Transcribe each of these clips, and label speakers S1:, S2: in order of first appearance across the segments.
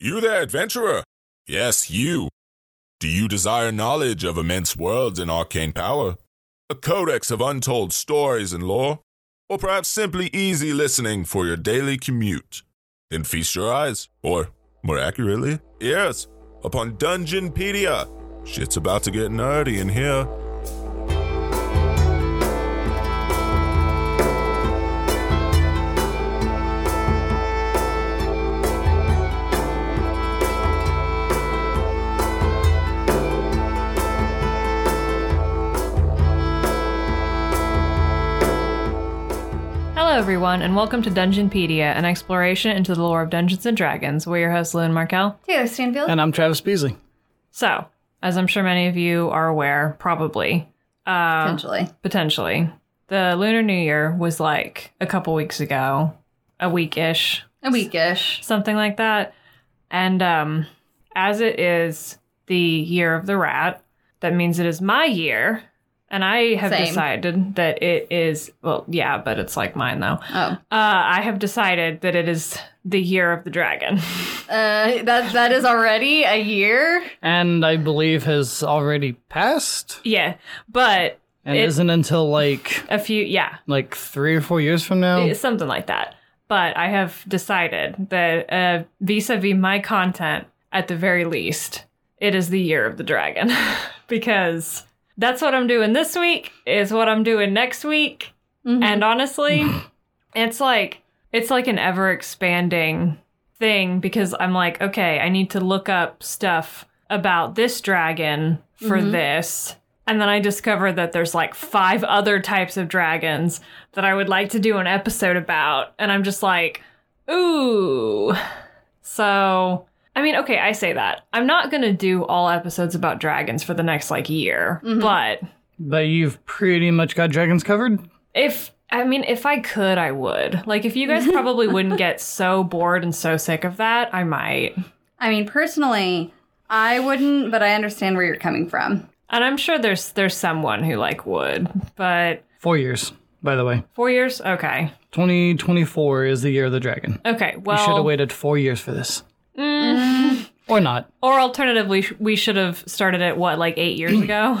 S1: You there, adventurer? Yes, you. Do you desire knowledge of immense worlds and arcane power? A codex of untold stories and lore? Or perhaps simply easy listening for your daily commute? Then feast your eyes, or more accurately, ears, upon Dungeonpedia. Shit's about to get nerdy in here.
S2: Hello, everyone, and welcome to Dungeonpedia, an exploration into the lore of Dungeons and Dragons. We're your hosts, Lynn Markel.
S3: Taylor Stanfield.
S4: And uh, I'm Travis Beasley.
S2: So, as I'm sure many of you are aware, probably, uh,
S3: potentially.
S2: potentially, the Lunar New Year was like a couple weeks ago, a week ish,
S3: A weekish.
S2: something like that. And um, as it is the year of the rat, that means it is my year. And I have
S3: Same.
S2: decided that it is, well, yeah, but it's like mine though.
S3: Oh.
S2: Uh, I have decided that it is the year of the dragon.
S3: Uh, that that is already a year.
S4: And I believe has already passed
S2: yeah, but
S4: and
S2: It-
S4: is isn't until like
S2: a few, yeah,
S4: like three or four years from now.
S2: something like that. But I have decided that uh, vis-a-vis my content, at the very least, it is the year of the dragon because that's what I'm doing this week. Is what I'm doing next week. And honestly, it's like it's like an ever expanding thing because I'm like, okay, I need to look up stuff about this dragon for
S3: Mhm.
S2: this. And then I discover that there's like five other types of dragons that I would like to do an episode about. And I'm just like, ooh. So, I mean, okay, I say that. I'm not going to do all episodes about dragons for the next like year,
S3: Mhm.
S2: but
S4: but you've pretty much got dragons covered.
S2: if I mean, if I could, I would. Like, if you guys probably wouldn't get so bored and so sick of that, I might.
S3: I mean, personally, I wouldn't, but I understand where you're coming from.
S2: And I'm sure there's there's someone who like would. But
S4: Four years, by the way.
S2: four years, okay,
S4: Twenty twenty four is the year of the dragon.
S2: okay.
S4: you should
S2: Well,
S4: have waited four years for this.
S2: Oh. mm,
S4: Or not.
S2: or alternatively, sh- we should have started it what like eight years ago.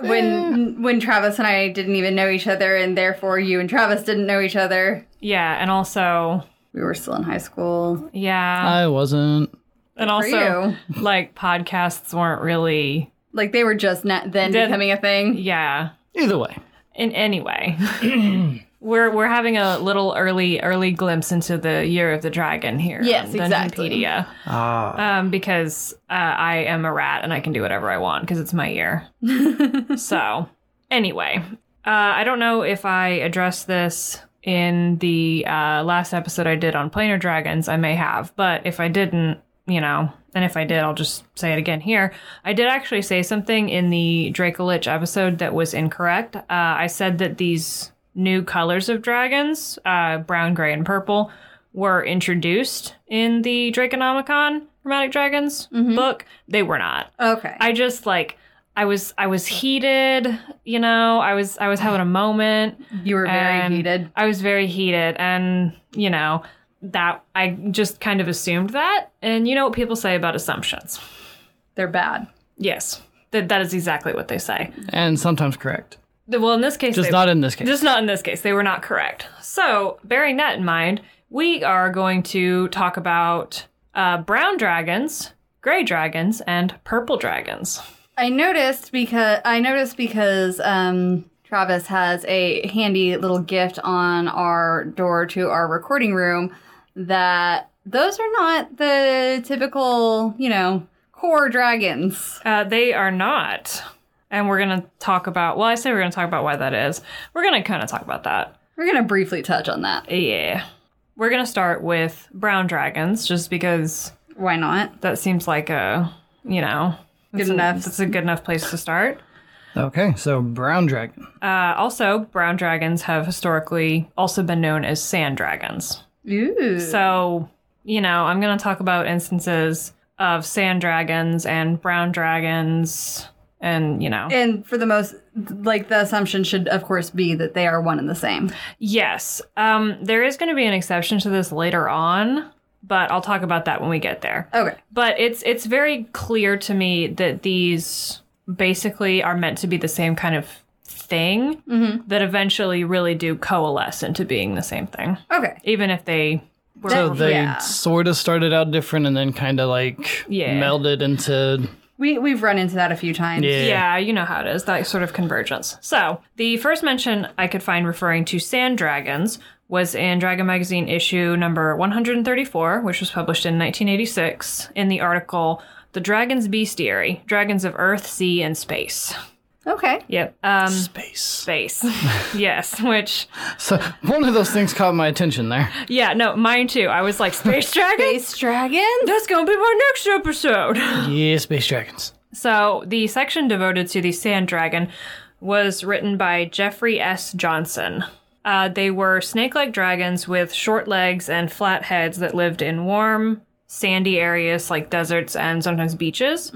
S3: When when Travis and I didn't even know each other, and therefore you and Travis didn't know each other,
S2: yeah, and also
S3: we were still in high school.
S2: yeah,
S4: I wasn't.
S2: and also like podcasts weren't really
S3: Like they were just not then
S2: Did-
S3: becoming a thing.
S2: yeah.
S4: Either way.
S2: In any way, we're we're having a little early early glimpse into the year of the dragon here.
S3: Yes,
S2: on
S3: exactly.
S2: Dungeonpedia,
S4: Ah.
S2: um, because uh, I am a rat and I can do whatever I want because it's my year. so anyway, uh, I don't know if I addressed this in the uh, last episode I did on planar dragons. I may have, but if I didn't, you know, and if I did, I'll just say it again here. I did actually say something in the Dracolich episode that was incorrect. Uh, I said that these new colors of dragons, uh, brown, gray, and purple, were introduced in the Draconomicon Chromatic Dragons book. They were not.
S3: Okay.
S2: I just like I was I was heated, you know, I was I was having a moment.
S3: you were very
S2: and
S3: heated.
S2: I was very heated and, you know, that I just kind of assumed that. And you know what people say about assumptions.
S3: They're bad.
S2: Yes. That that is exactly what they say.
S4: And sometimes correct.
S2: The- Well, in this case
S4: Just
S2: they-
S4: not in this case.
S2: just not in this case. They were not correct. So, bearing that in mind, we are going to talk about uh, brown dragons, gray dragons, and purple dragons.
S3: I noticed because I noticed because um, Travis has a handy little gift on our door to our recording room that those are not the typical, you know, core dragons.
S2: Uh, they are not. And we're going to talk about, well, I say we're going to talk about why that is. We're going to kind of talk about that.
S3: We're gonna briefly touch on that.
S2: Yeah. We're going to start with brown dragons just because
S3: Why not?
S2: that seems like a, you know, that's a-
S3: enough.
S2: That's a good enough place to start.
S4: okay, so brown dragon.
S2: Uh, also, brown dragons have historically also been known as sand dragons.
S3: Ooh.
S2: So, you know, I'm going to talk about instances of sand dragons and brown dragons and, you know.
S3: and for the most, like the assumption should, of course, be that they are one and the same.
S2: yes. Um, there is going to be an exception to this later on but I'll talk about that when we get there.
S3: Okay.
S2: But it's it's very clear to me that these basically are meant to be the same kind of thing that eventually really do coalesce into being the same thing,
S3: Okay.
S2: even if they were
S3: So
S4: So they
S3: Yeah.
S4: sort of started out different and then kind of like
S2: Yeah.
S4: melded into
S3: We we've run into that a few times.
S4: yeah.
S2: Yeah, you know how it is, that sort of convergence. So, the first mention I could find referring to sand dragons was in Dragon Magazine issue number 134, which was published in 1986, in the article The Dragon's Bestiary Dragons of Earth, Sea, and Space.
S3: Okay.
S2: Yep. Um,
S4: space.
S2: space. yes, which,
S4: So one of those things caught my attention there.
S2: yeah, no, mine too. I was like, Space Dragon?
S3: Space dragon.
S2: That's gonna be my next episode.
S4: Yeah, space dragons.
S2: So, the section devoted to the sand dragon was written by Jeffrey S. Johnson. Uh, they were snake like dragons with short legs and flat heads that lived in warm, sandy areas like deserts and sometimes beaches.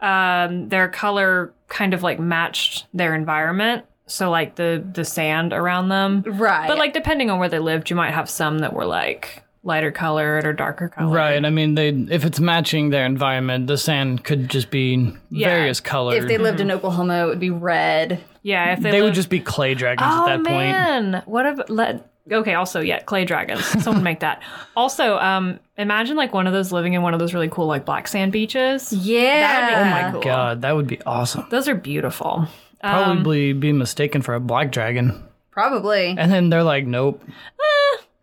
S2: Um, their color kind of like matched their environment. So, like the, the sand around them.
S3: Right.
S2: But, like, depending on where they lived, you might have some that were like lighter colored or darker colored.
S4: Right. I mean, they if it's matching their environment, the sand could just be
S2: Yeah.
S4: various colors.
S3: if they lived in Oklahoma, it would be red.
S2: Yeah, if they,
S4: They
S2: lived-
S4: would just be clay dragons
S2: oh,
S4: at that point.
S2: man. What if let okay, also yeah, clay dragons. Someone make that. Also, um imagine like one of those living in one of those really cool like black sand beaches. That'd be
S3: Yeah.
S2: oh my cool. Um,
S4: God, that would be awesome.
S2: Those are beautiful.
S4: Probably be mistaken for a black dragon.
S3: Probably.
S4: And then they're like, nope.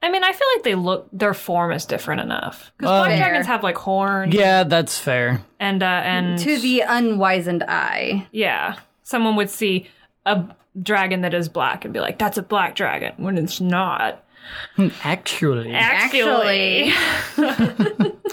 S2: I mean, I feel like they look their form is different enough. Because black
S3: Fair.
S2: dragons have like horns
S4: Uh, Yeah, that's fair.
S2: and uh and
S3: To the unwizened eye.
S2: yeah. Someone would see a dragon that is black and be like, That's a black dragon when it's not.
S4: Actually.
S2: Actually,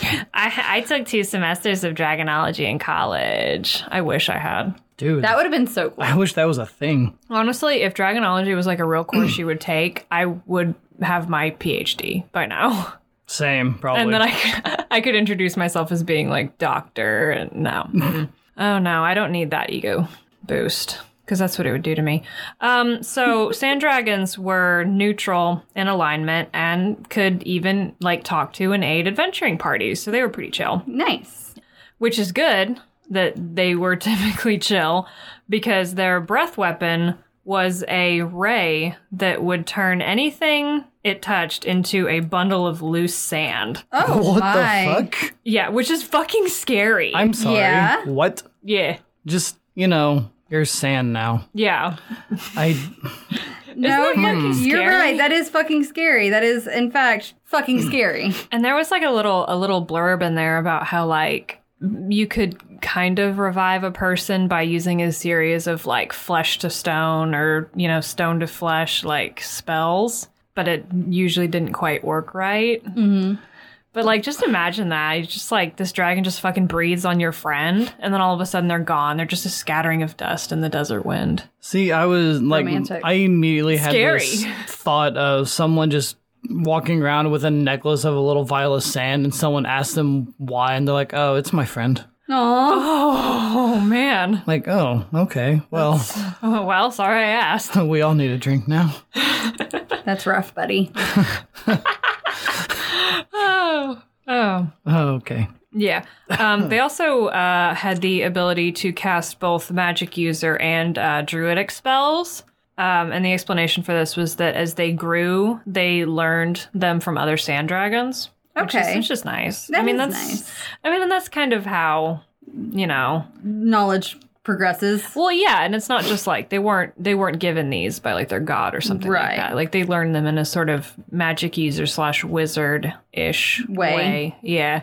S2: I, I took two semesters of dragonology in college. I wish I had.
S4: Dude.
S3: That would have been so cool.
S4: I wish that was a thing.
S2: Honestly, if dragonology was like a real course you would take, I would have my PhD by now.
S4: Same, probably.
S2: And then I could, I could introduce myself as being like doctor and no. Mm-mm. oh no, I don't need that ego boost because that's what it would do to me. Um, so sand dragons were neutral in alignment and could even like talk to and aid adventuring parties. So they were pretty chill
S3: Nice.
S2: which is good that they were typically chill because their breath weapon was a ray that would turn anything it touched into a bundle of loose sand.
S3: Oh
S4: what
S3: my.
S4: the fuck?
S2: Yeah, which is fucking scary.
S4: I'm sorry.
S3: Yeah.
S4: What?
S2: yeah.
S4: Just, you know, you're sand now.
S2: Yeah.
S4: I
S3: No,
S2: Isn't that
S3: you're,
S2: fucking
S3: you're
S2: scary?
S3: right. That is fucking scary. That is, in fact, fucking scary.
S2: And there was like a little a little blurb in there about how like you could kind of revive a person by using a series of like flesh to stone or you know stone to flesh like spells, but it usually didn't quite work right. Mm-hmm. But like, just imagine that. You just like this dragon just fucking breathes on your friend, and then all of a sudden they're gone. They're just a scattering of dust in the desert wind.
S4: see I was like
S3: Romantic.
S4: I immediately had
S2: Scary.
S4: this thought of someone just walking around with a necklace of a little vial of sand and someone asked them why and they're like, "Oh, it's my friend."
S3: No.
S2: Oh man.
S4: Like, "Oh, okay. Well,
S2: Oh, well, sorry I asked.
S4: we all need a drink now."
S3: That's rough, buddy.
S2: Oh. Oh.
S4: Oh, okay.
S2: Yeah. Um, they also uh, had the ability to cast both magic user and uh, druidic spells. Um, and the explanation for this was that as they grew, they learned them from other sand dragons. Which is,
S3: Okay.
S2: which is nice.
S3: That
S2: I mean,
S3: is
S2: that's
S3: nice.
S2: I mean, and that's kind of how you know.
S3: Knowledge progresses.
S2: Well, yeah, and it's not just like they weren't they weren't given these by like their god or something like
S3: Right.
S2: that. Like they learned them in a sort of magic user slash wizard ish
S3: Way.
S2: way. Yeah.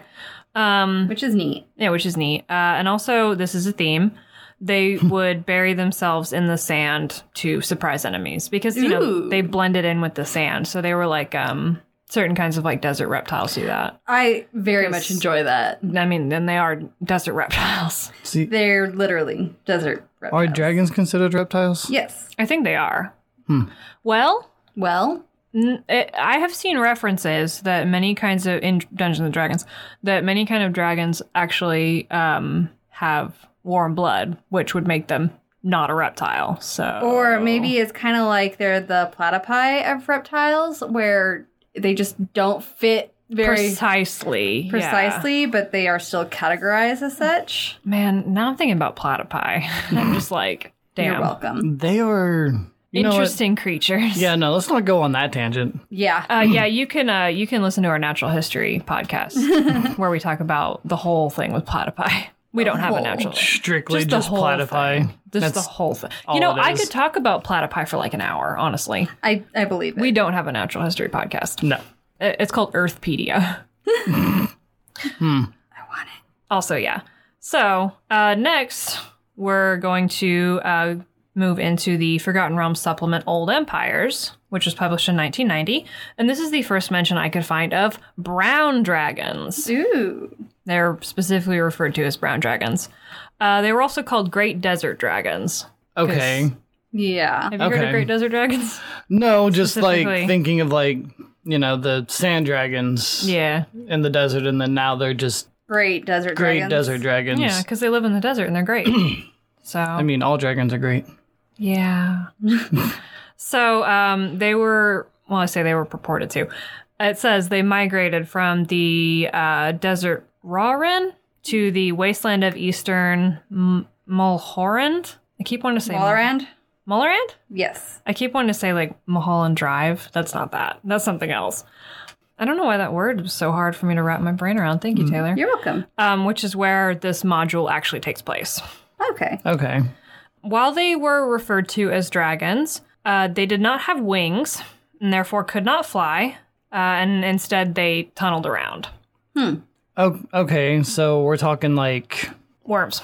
S2: Um,
S3: Which is neat.
S2: yeah, which is neat. Uh, and also, this is a theme. They would bury themselves in the sand to surprise enemies because you know
S3: Ooh.
S2: they blended in with the sand. So they were like um, certain kinds of like desert reptiles do that.
S3: I very
S2: Yes.
S3: much enjoy that.
S2: I mean, then they are desert reptiles.
S4: See,
S3: They're literally desert
S4: are
S3: reptiles.
S4: dragons considered reptiles?
S3: yes.
S2: I think they are.
S3: Hmm.
S2: Well,
S3: Well,
S2: N- it- I have seen references that many kinds of in Dungeons and Dragons that many kind of dragons actually um, have warm blood, which would make them not a reptile. So,
S3: or maybe it's kind of like they're the platypi of reptiles, where they just don't fit very
S2: precisely. yeah.
S3: precisely, but they are still categorized as such.
S2: Man, now I'm thinking about platypi. I'm just like, damn.
S3: You're welcome.
S4: They are you know what?
S2: Interesting creatures.
S4: Yeah, no, let's not go on that tangent.
S3: Yeah.
S2: Uh, yeah, you can uh, you can listen to our natural history podcast where we talk about the whole thing with platypi. We don't have a
S3: whole.
S2: natural
S4: Strictly just,
S2: the whole
S4: platify.
S2: thing. Just the whole thing.
S4: all
S2: You know,
S4: it
S2: I
S4: is.
S2: could talk about platypi for like an hour. Honestly,
S3: I, I believe it.
S2: we don't have a natural history podcast.
S4: no.
S2: I- It's called Earthpedia. I want it. Also, yeah. So uh, next, we're going to uh, move into the Forgotten Realms supplement Old Empires, which was published in 1990, and this is the first mention I could find of brown dragons.
S3: Ooh.
S2: They're specifically referred to as brown dragons. Uh, they were also called Great Desert Dragons.
S4: Okay.
S3: Yeah.
S2: Have you heard
S4: Okay.
S2: of Great Desert Dragons?
S4: No, just like
S2: Specifically.
S4: thinking of like, you know, the sand dragons
S2: Yeah.
S4: in the desert and then now they're just
S3: Great desert
S4: great
S3: dragons.
S4: desert dragons.
S2: Yeah, because they live in the desert and they're great. so
S4: I mean, all dragons are great.
S2: Yeah. so um, they were, well, I say they were purported to. It says they migrated from the uh, desert Rauren to the wasteland of eastern M- Mulhorand. I keep wanting to say
S3: Wallerand?
S2: Mul- Mulhorand?
S3: Yes.
S2: I keep wanting to say like Mulholland Drive. That's not that. That's something else. I don't know why that word was so hard for me to wrap my brain around. Thank you, Taylor.
S3: You're welcome.
S2: Um, which is where this module actually takes place.
S3: Okay.
S4: Okay.
S2: While they were referred to as dragons, uh, they did not have wings and therefore could not fly, uh, and instead they tunneled around.
S4: Oh, okay. So we're talking like
S2: Worms.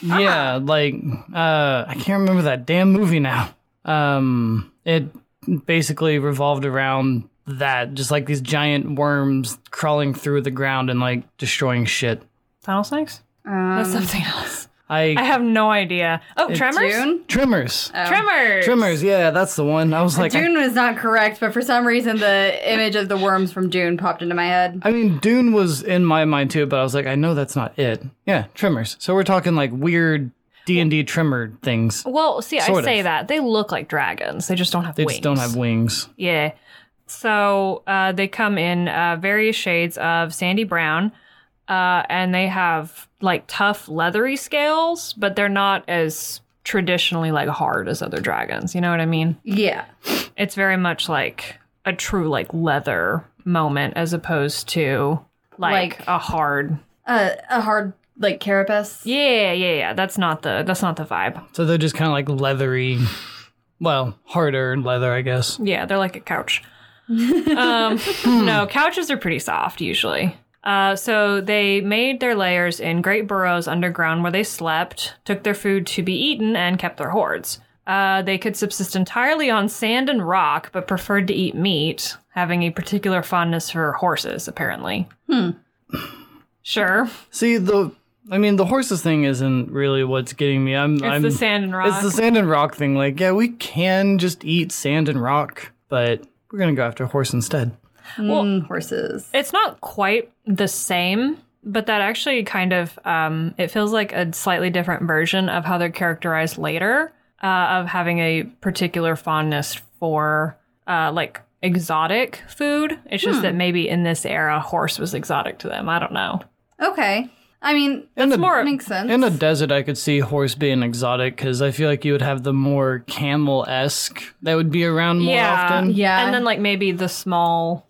S4: yeah, like uh I can't remember that damn movie now. Um it basically revolved around that just like these giant worms crawling through the ground and like destroying shit.
S2: Tunnel snakes?
S3: Um,
S2: That's something else.
S4: I,
S2: I have no idea. Oh, tremors?
S3: June?
S4: Tremors.
S2: Tremors.
S4: Tremors, yeah, that's the one. I was like, I,
S3: June was not correct, but for some reason the image of the worms from June popped into my head.
S4: I mean, Dune was in my mind too, but I was like, I know that's not it. Yeah, Tremors. So we're talking like weird D and D Tremor things.
S2: Well, see,
S4: Sort
S2: I
S4: of.
S2: say that. They look like dragons. They just don't have
S4: They
S2: wings.
S4: just don't have wings.
S2: Yeah. So uh, they come in uh, various shades of sandy brown, uh, and they have like tough, leathery scales, but they're not as traditionally like hard as other dragons. You know what I mean?
S3: Yeah.
S2: It's very much like a true like leather moment as opposed to like,
S3: Like-
S2: a hard.
S3: Uh, a hard, like, carapace.
S2: Yeah, yeah, yeah. That's not the that's not the vibe.
S4: So they're just kind of like leathery, well, harder leather, I guess.
S2: Yeah, they're like a couch. um, no, couches are pretty soft usually. Uh, so they made their lairs in great burrows underground where they slept, took their food to be eaten, and kept their hoards. Uh, they could subsist entirely on sand and rock, but preferred to eat meat, having a particular fondness for horses, apparently. Hmm. Sure.
S4: See the, I mean, the horses thing isn't really what's getting me. I'm,
S2: It's
S4: I'm,
S2: the sand and rock.
S4: it's the sand and rock thing. Like, yeah, we can just eat sand and rock, but we're gonna go after a horse instead.
S2: well,
S3: Mm, horses.
S2: It's not quite the same, but that actually kind of um, it feels like a slightly different version of how they're characterized later uh, of having a particular fondness for uh, like exotic food. It's just that maybe in this era, horse was exotic to them. I don't know.
S3: Okay. I mean,
S4: That's
S2: more-
S3: makes sense.
S4: In a desert, I could see horse being exotic because I feel like you would have the more camel esque that would be around more
S2: yeah,
S4: often.
S3: Yeah.
S2: and then like maybe the small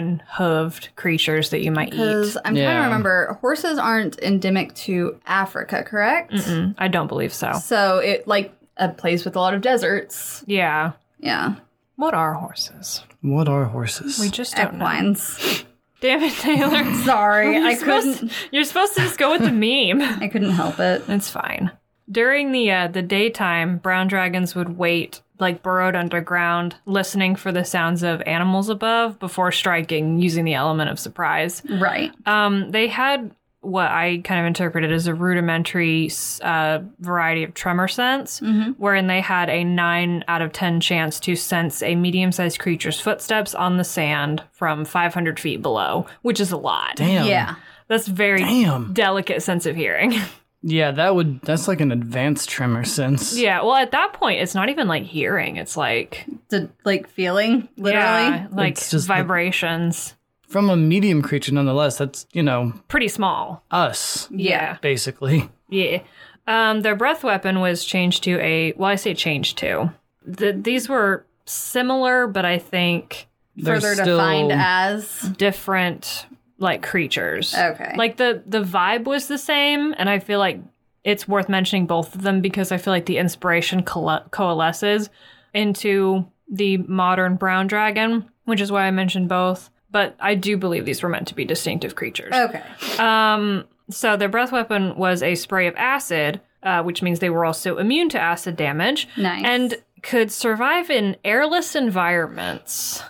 S2: non-hooved creatures that you might eat.
S3: Because I'm trying
S4: Yeah.
S3: to remember, horses aren't endemic to Africa, correct?
S2: Mm, I don't believe so.
S3: So it like a place with a lot of deserts.
S2: Yeah.
S3: Yeah,
S2: What are horses?
S4: What are horses?
S2: We just don't know.
S3: equines.
S2: Damn it, Taylor.
S3: Sorry,
S2: You're
S3: I
S2: supposed-
S3: couldn't.
S2: You're supposed to just go with the meme.
S3: I couldn't help it.
S2: It's fine. During the uh, the daytime, brown dragons would wait, like burrowed underground, listening for the sounds of animals above before striking, using the element of surprise.
S3: Right.
S2: Um, they had what I kind of interpreted as a rudimentary uh, variety of tremor sense, wherein they had a nine out of ten chance to sense a medium sized creature's footsteps on the sand from 500 feet below, which is a lot.
S4: Damn.
S3: Yeah.
S2: That's very
S4: Damn.
S2: delicate sense of hearing.
S4: Yeah, that would. That's like an advanced tremor sense.
S2: yeah, well, at that point, it's not even like hearing; it's like
S3: To like feeling literally.
S2: yeah, like
S4: It's just the-
S2: vibrations.
S4: from a medium creature nonetheless. That's, you know,
S2: Pretty small.
S4: us,
S2: Yeah.
S4: basically.
S2: Yeah. Um, their breath weapon was changed to a. Well, I say changed to. The, these were similar, but I think
S4: They're
S3: Further
S4: still-
S3: defined as
S2: different like creatures.
S3: Okay.
S2: Like the the vibe was the same, and I feel like it's worth mentioning both of them because I feel like the inspiration coale- coalesces into the modern brown dragon, which is why I mentioned both. But I do believe these were meant to be distinctive creatures.
S3: okay.
S2: Um, so their breath weapon was a spray of acid, uh, which means they were also immune to acid damage.
S3: Nice.
S2: And could survive in airless environments.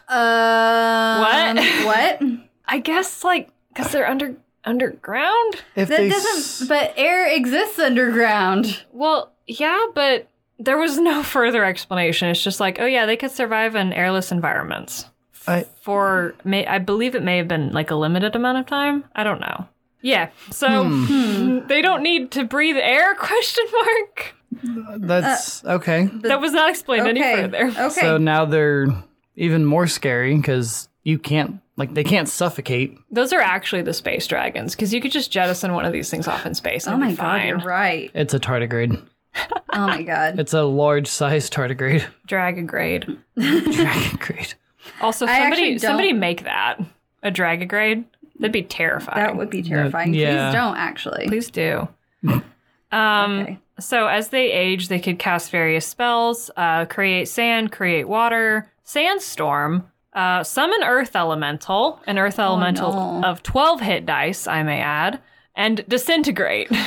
S3: Um,
S2: What?
S3: What?
S2: I guess like because they're under underground.
S4: If
S3: That
S4: they
S3: doesn't.
S4: s-
S3: But air exists underground.
S2: Well, yeah, but there was no further explanation. It's just like, oh yeah, they could survive in airless environments
S4: I,
S2: for may I believe it may have been like a limited amount of time. I don't know. Yeah, so hmm, they don't need to breathe air? Question mark.
S4: that's
S3: uh,
S4: okay.
S2: That was not explained any
S3: Okay.
S2: further.
S3: Okay.
S4: So now they're even more scary because you can't, like, they can't suffocate.
S2: Those are actually the space dragons because you could just jettison one of these things off in space. And
S3: oh my
S2: be fine.
S3: god, you're right.
S4: It's a tardigrade.
S3: Oh my god.
S4: It's a large sized tardigrade.
S2: Dragagrade.
S4: Tardigrade.
S2: Also,
S3: I actually
S2: somebody
S3: don't-
S2: somebody make that a dragagrade. That'd be terrifying.
S3: That would be terrifying.
S4: yeah.
S3: Please don't actually.
S2: Please do. um,
S3: Okay.
S2: So, as they age, they could cast various spells uh, create sand, create water, sandstorm, uh, summon earth elemental, an earth elemental
S3: Oh, no.
S2: of 12 hit dice, I may add, and disintegrate.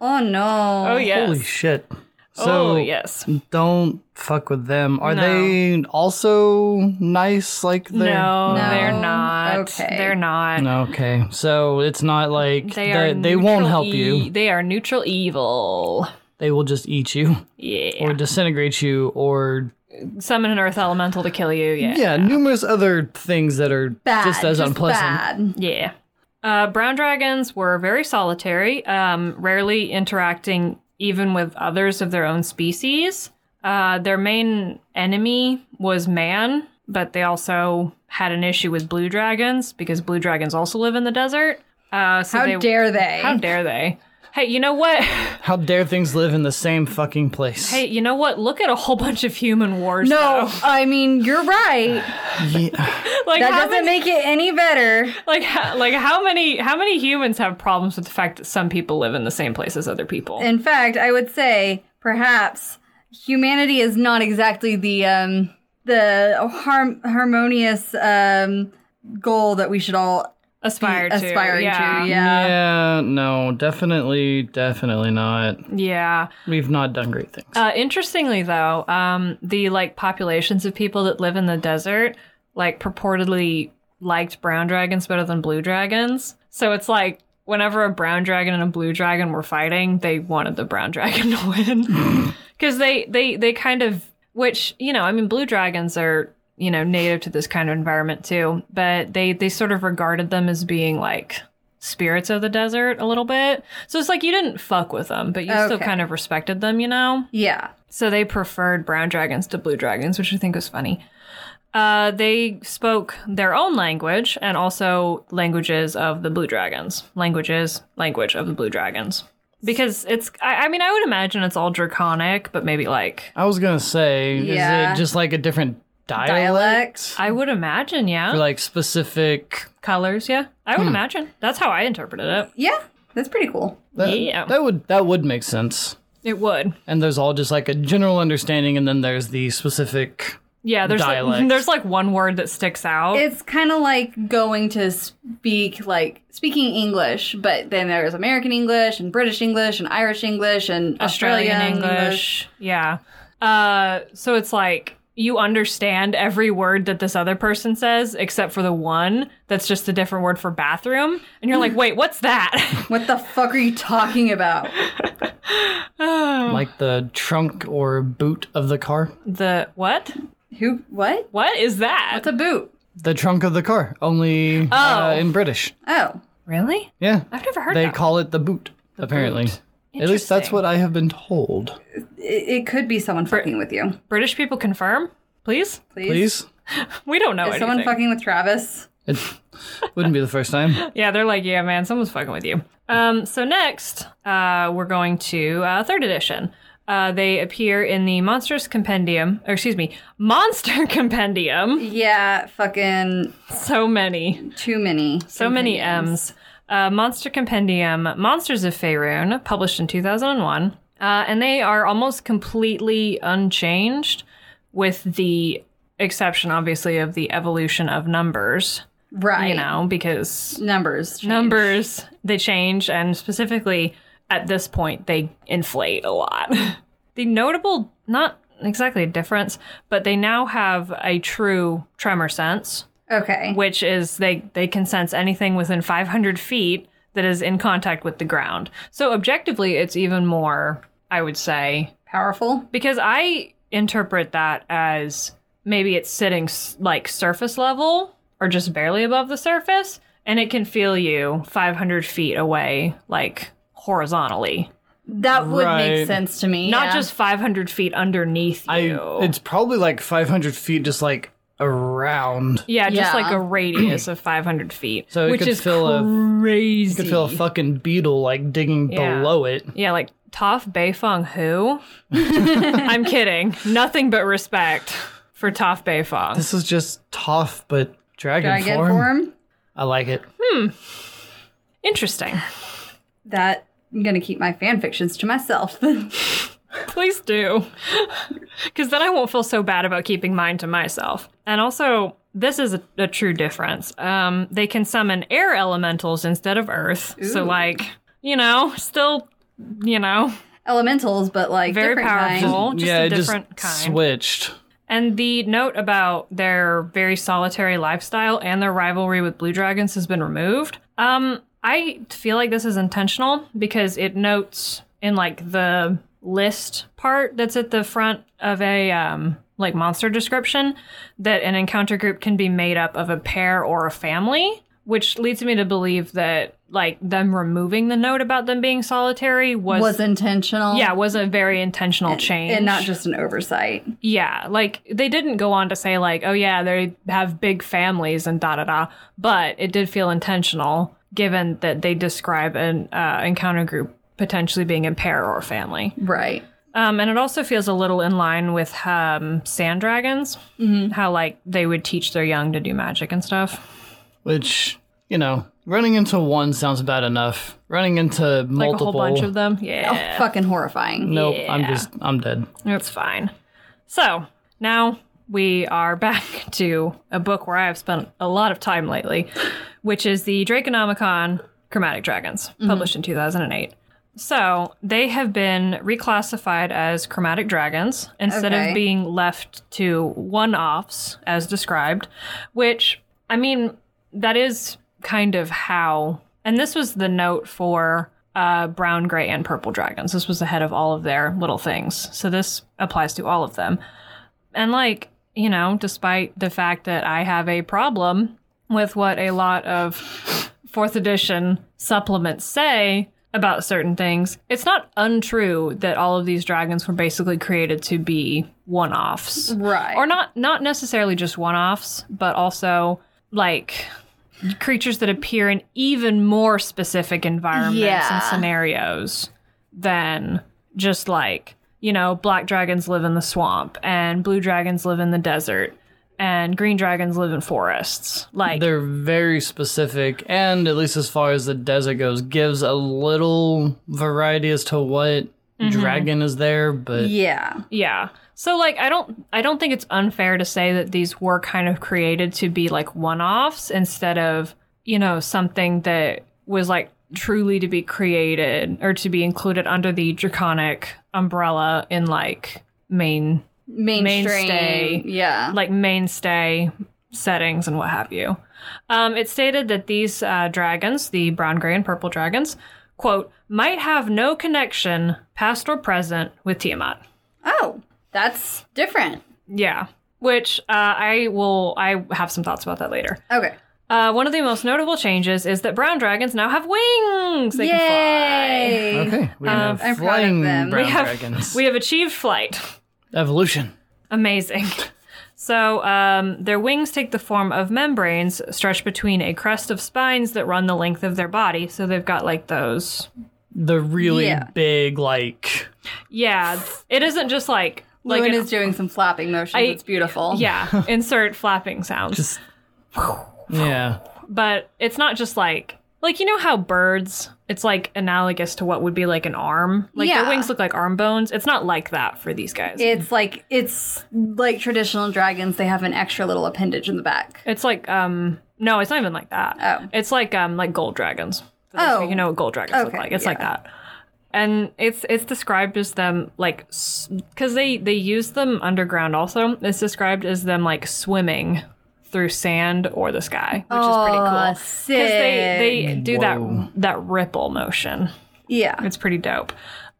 S3: Oh no.
S2: oh, yes.
S4: Holy shit. So
S2: oh, yes.
S4: don't fuck with them. Are
S2: No.
S4: they also nice like
S2: No,
S4: they're
S2: they're
S3: No.
S2: not.
S3: Okay.
S2: They're not.
S4: Okay. So it's not like
S2: They
S4: they,
S2: are
S4: they won't
S2: neutral
S4: help
S2: e-
S4: you.
S2: They are neutral evil.
S4: They will just eat you
S2: Yeah.
S4: or disintegrate you or
S2: Summon an earth elemental to kill you. Yeah.
S4: yeah, numerous other things that are
S3: Bad.
S4: just as
S3: Bad.
S4: unpleasant.
S2: Yeah. Uh, brown dragons were very solitary, um, rarely interacting even with others of their own species. Uh, their main enemy was man, but they also had an issue with blue dragons because blue dragons also live in the desert. Uh, so
S3: How
S2: they,
S3: dare they?
S2: How dare they? Hey, you know what?
S4: How dare things live in the same fucking place?
S2: hey, you know what? Look at a whole bunch of human wars.
S3: no, I mean you're right.
S4: Yeah.
S2: though. like
S3: That
S2: how
S3: doesn't
S2: many,
S3: make it any better.
S2: like how, like how many how many humans have problems with the fact that some people live in the same place as other people?
S3: In fact, I would say perhaps humanity is not exactly the um, the harm- harmonious um, goal that we should all be
S2: aspire to
S3: aspiring
S2: yeah.
S3: to. Yeah.
S4: yeah, no, definitely, definitely not.
S2: Yeah.
S4: We've not done great things.
S2: Uh, interestingly, though, um, the like populations of people that live in the desert like purportedly liked brown dragons better than blue dragons. So it's like whenever a brown dragon and a blue dragon were fighting, they wanted the brown dragon to win because they they they kind of which you know I mean blue dragons are you know native to this kind of environment too, but they they sort of regarded them as being like spirits of the desert a little bit. So it's like you didn't fuck with them, but you still
S3: Okay.
S2: kind of respected them, you know?
S3: Yeah.
S2: So they preferred brown dragons to blue dragons, which I think was funny. Uh, they spoke their own language and also languages of the blue dragons. Languages, language of the blue dragons. Because it's, I, I mean, I would imagine it's all draconic, but maybe like,
S4: I was gonna say,
S3: Yeah.
S4: is it just like a different dialect?
S3: Dialect.
S2: I would imagine, yeah.
S4: Or like specific
S2: Colors, yeah. I would imagine. That's how I interpreted it.
S3: Yeah. That's pretty cool.
S4: that,
S2: Yeah.
S4: that would that would make sense.
S2: It would.
S4: And there's all just like a general understanding, and then there's the specific.
S2: Yeah, there's like,
S4: Dialects.
S2: there's like one word that sticks out.
S3: It's kind of like going to speak like speaking English, but then there's American English and British English and Irish English and
S2: Australian, English. Yeah. Uh, so it's like you understand every word that this other person says, except for the one that's just a different word for bathroom. And you're like, wait, what's that?
S3: What the fuck are you talking about?
S2: Oh.
S4: Like the trunk or boot of the car.
S2: the what?
S3: Who? What?
S2: What is that?
S3: What's a boot?
S4: The trunk of the car, only uh,
S2: Oh.
S4: in British.
S3: Oh,
S2: really?
S4: Yeah.
S2: I've never heard
S4: They
S2: that.
S4: call it the boot, apparently. At least that's
S2: Interesting.
S4: what I have been told.
S3: it, it could be someone fucking with you.
S2: British people confirm, please.
S3: Please.
S4: Please?
S2: We don't know
S3: Is
S2: anything.
S3: someone fucking with Travis?
S4: It wouldn't be the first time.
S2: Yeah, they're like, yeah, man, someone's fucking with you. Um, so next, uh, we're going to uh, third edition. Uh, they appear in the Monsters Compendium, or excuse me, Monster Compendium.
S3: Yeah, fucking
S2: So many,
S3: too many.
S2: so many M's. Uh, Monster Compendium, Monsters of Faerun, published in 2001. Uh, and they are almost completely unchanged, with the exception, obviously, of the evolution of numbers,
S3: Right.
S2: you know, because
S3: Numbers. change.
S2: numbers they change and specifically at this point they inflate a lot the notable not exactly a difference but they now have a true tremor sense
S3: Okay.
S2: which is they they can sense anything within 500 feet that is in contact with the ground so objectively it's even more i would say
S3: Powerful.
S2: because I interpret that as maybe it's sitting s- like surface level or just barely above the surface, and it can feel you 500 feet away, like horizontally,
S3: That would
S4: Right.
S3: make sense to me.
S2: not
S3: yeah.
S2: just 500 feet underneath
S4: I
S2: you.
S4: it's probably like 500 feet just like around.
S2: yeah, just
S3: Yeah.
S2: like a radius of 500 feet,
S4: So it
S2: which
S4: could
S2: is
S4: feel a-
S2: crazy.
S4: You could feel a fucking beetle like digging
S2: Yeah.
S4: below it.
S2: yeah, like Toph Beifong who? I'm kidding. Nothing but respect for Toph Beifong.
S4: This is just tough but dragon,
S3: Dragon
S4: form.
S3: form.
S4: I like it.
S2: Interesting.
S3: That I'm gonna keep my fan fictions to myself.
S2: Please do. Because then I won't feel so bad about keeping mine to myself. And also, this is a, a true difference. Um, they can summon air elementals instead of earth. So,
S3: Ooh.
S2: like, you know, still, you know,
S3: Elementals, but like
S2: Very
S3: different
S2: powerful.
S3: kind.
S2: Oh, just
S4: yeah,
S2: a
S4: it
S2: different
S4: just
S2: kind.
S4: switched.
S2: And the note about their very solitary lifestyle and their rivalry with blue dragons has been removed. Um, I feel like this is intentional because it notes in like the list part that's at the front of a um, like monster description that an encounter group can be made up of a pair or a family, which leads me to believe that like them removing the note about them being solitary was,
S3: Was intentional.
S2: yeah was a very intentional change
S3: And not just an oversight.
S2: yeah, like they didn't go on to say like, oh yeah, they have big families and da da da, but it did feel intentional given that they describe an uh, encounter group potentially being a pair or family.
S3: Right.
S2: Um, and it also feels a little in line with um, sand dragons, how like they would teach their young to do magic and stuff.
S4: Which, you know, running into one sounds bad enough. Running into
S2: Like
S4: multiple.
S2: a whole bunch of them. Yeah,
S3: Fucking horrifying.
S4: Nope, I'm just, I'm dead.
S2: that's fine. So now we are back to a book where I've spent a lot of time lately, which is the Draconomicon Chromatic Dragons, published in 2008. So they have been reclassified as chromatic dragons instead of
S3: Okay.
S2: being left to one offs as described, which, I mean, that is kind of how. And this was the note for uh, brown, gray, and purple dragons. This was ahead of all of their little things. So this applies to all of them. And, like, you know, despite the fact that I have a problem with what a lot of fourth edition supplements say about certain things, it's not untrue that all of these dragons were basically created to be one offs
S3: Right.
S2: or not not necessarily just one-offs but also like creatures that appear in even more specific environments
S3: Yeah.
S2: and scenarios than just like you know black dragons live in the swamp and blue dragons live in the desert and green dragons live in forests like
S4: They're very specific, and at least as far as the desert goes, gives a little variety as to what dragon is there, but
S3: Yeah.
S2: Mm-hmm. Yeah. So like I don't I don't think it's unfair to say that these were kind of created to be like one-offs instead of, you know, something that was like truly to be created or to be included under the draconic umbrella in like main
S3: Mainstream.
S2: Mainstay.
S3: Yeah.
S2: like mainstay settings and what have you. Um, it stated that these uh, dragons, the brown, gray, and purple dragons, quote, might have no connection, past or present, with Tiamat.
S3: oh, that's different.
S2: Yeah. Which uh, I will, I have some thoughts about that later.
S3: Okay.
S2: Uh, one of the most notable changes is that brown dragons now have wings. They can
S3: Yay.
S4: okay. We
S2: Um,
S4: have
S3: I'm proud of
S4: flying
S3: them. We
S2: fly.
S4: brown
S2: We have,
S4: dragons.
S2: we have achieved flight.
S4: Evolution.
S2: Amazing. So um, their wings take the form of membranes stretched between a crest of spines that run the length of their body. So they've got like those.
S4: The really
S3: Yeah.
S4: big, like,
S2: Yeah, it isn't just like like
S3: Lewin
S2: an-
S3: is doing some flapping motions.
S2: I-
S3: it's beautiful.
S2: yeah. insert flapping sounds.
S4: just. Yeah.
S2: but it's not just like like you know how birds it's like analogous to what would be like an arm like
S3: Yeah.
S2: their wings look like arm bones it's not like that for these guys
S3: It's like it's like traditional dragons. They have an extra little appendage in the back.
S2: it's like um no it's not even like that
S3: Oh.
S2: it's like um like gold dragons For those of
S3: Oh.
S2: you who know what gold dragons look
S3: Okay,
S2: like it's like
S3: yeah.
S2: that and it's it's described as them like because they they use them underground also it's described as them like swimming through sand or the sky which is pretty cool
S3: Sick.
S2: they they do
S4: Whoa.
S2: that that ripple motion
S3: yeah.
S2: It's pretty dope.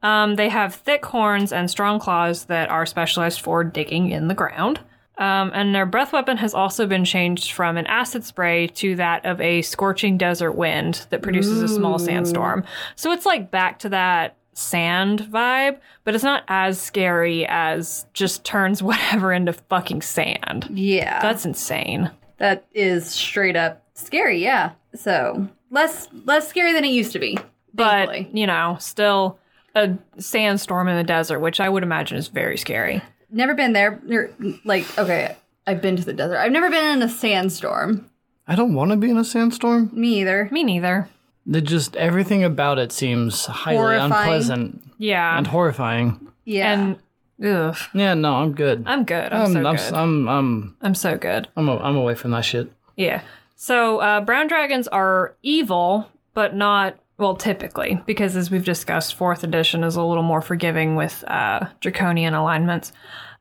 S2: Um, they have thick horns and strong claws that are specialized for digging in the ground. Um, and their breath weapon has also been changed from an acid spray to that of a scorching desert wind that produces a small sandstorm. So it's like back to that sand vibe, but it's not as scary as just turns whatever into fucking sand.
S3: Yeah.
S2: That's insane.
S3: that is straight up scary. Yeah. So less less scary than it used to be.
S2: But,
S3: thankfully.
S2: you know, still a sandstorm in the desert, which I would imagine is very scary.
S3: never been there. You're- Like okay, I've been to the desert. I've never been in a sandstorm.
S4: I don't want to be in a sandstorm.
S3: Me either.
S2: Me neither.
S4: They just, everything about it seems highly
S3: Horrifying.
S4: unpleasant
S2: Yeah.
S4: and horrifying.
S3: Yeah.
S2: And ugh,
S4: Yeah, no, I'm good.
S2: I'm good. I'm, so
S4: Um, I'm,
S2: good. I'm,
S4: I'm, I'm,
S2: so good.
S4: I'm, a- I'm away from that shit.
S2: Yeah. So uh, brown dragons are evil, but not well typically because as we've discussed, fourth edition is a little more forgiving with uh, draconian alignments.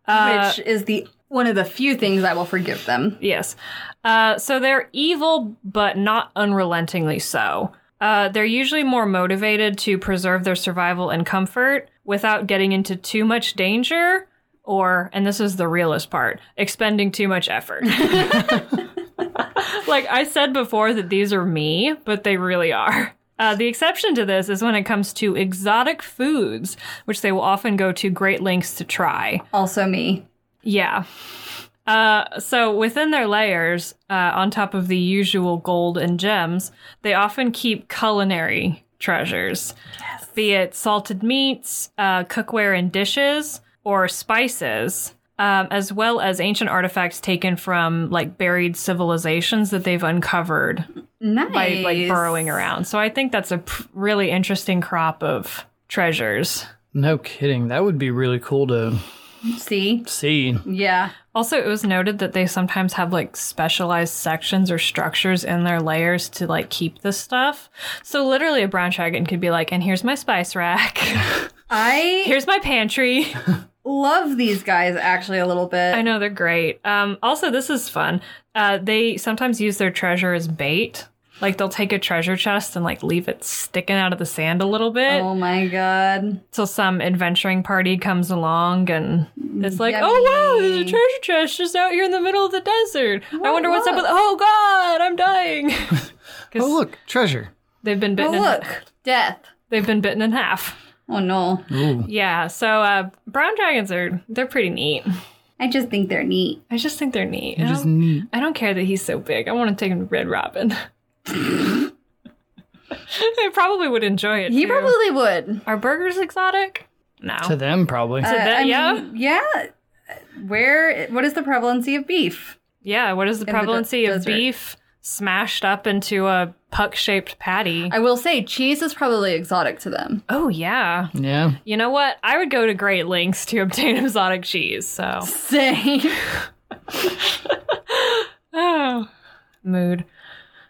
S3: which is the one of the few things I will forgive them.
S2: Yes. Uh, so they're evil, but not unrelentingly so. Uh, they're usually more motivated to preserve their survival and comfort without getting into too much danger or, and this is the realest part, expending too much effort. like I said before, that these are me, but they really are. Uh, the exception to this is when it comes to exotic foods, which they will often go to great lengths to try.
S3: Also me.
S2: Yeah. Uh, so within their layers, uh, on top of the usual gold and gems, they often keep culinary treasures, be it salted meats, uh, cookware and dishes, or spices, um, as well as ancient artifacts taken from like buried civilizations that they've uncovered
S3: Nice.
S2: by like burrowing around. So I think that's a p- really interesting crop of treasures.
S4: No kidding. That would be really cool to
S3: See.
S4: see.
S3: Yeah.
S2: Also, it was noted that they sometimes have like specialized sections or structures in their layers to like keep this stuff. So literally, a brown dragon could be like, "And here's my spice rack.
S3: I
S2: here's my pantry."
S3: love these guys actually a little bit.
S2: I know they're great. Um, also, this is fun. Uh, they sometimes use their treasure as bait. Like they'll take a treasure chest and like leave it sticking out of the sand a little bit
S3: Oh my god.
S2: till some adventuring party comes along and it's like,
S3: Yummy.
S2: oh wow, there's a treasure chest just out here in the middle of the desert. I wonder what's up with. Oh god, I'm dying.
S4: Oh, look, treasure.
S2: They've been
S3: Oh
S2: bitten. In,
S3: look, death.
S2: they've been bitten in half.
S3: Oh no.
S4: Ooh.
S2: Yeah. So uh, brown dragons are they're pretty neat.
S3: I just think they're neat.
S2: I just think they're neat. I
S4: Just
S2: don't-
S4: neat.
S2: I don't care that he's so big. I want to take him to Red Robin. I probably would enjoy it.
S3: He
S2: too.
S3: probably would.
S2: are burgers exotic? No.
S4: To them, probably.
S3: Uh,
S2: that-
S3: I
S2: yeah?
S3: mean, yeah. Where? What is the prevalency of beef?
S2: Yeah, what is the
S3: in the de-
S2: prevalency of
S3: desert.
S2: beef smashed up into a puck shaped patty?
S3: I will say cheese is probably exotic to them.
S2: oh, yeah.
S4: yeah.
S2: You know what? I would go to great lengths to obtain exotic cheese, so.
S3: Same.
S2: Oh, mood.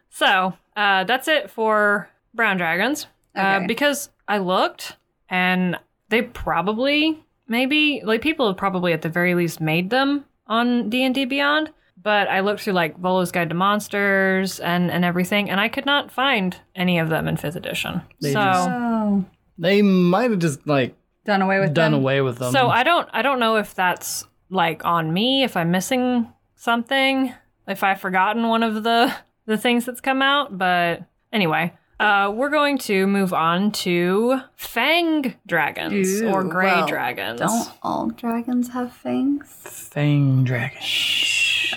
S2: So, uh, that's it for brown dragons.
S3: Okay.
S2: Uh, because I looked and they probably, maybe, like people have probably at the very least made them on D&D Beyond. But I looked through like Volo's Guide to Monsters and, and everything, and I could not find any of them in 5th edition.
S4: They
S2: so
S4: just-
S3: Oh,
S4: They might have just, like,
S3: done away with
S4: done
S3: them.
S4: away with them.
S2: So uh, I don't I don't know if that's like on me, if I'm missing something, if I've forgotten one of the the things that's come out, but anyway, Uh, we're going to move on to fang dragons
S3: Ooh,
S2: or gray
S3: well,
S2: dragons.
S3: Don't all dragons have fangs?
S4: Fang dragon.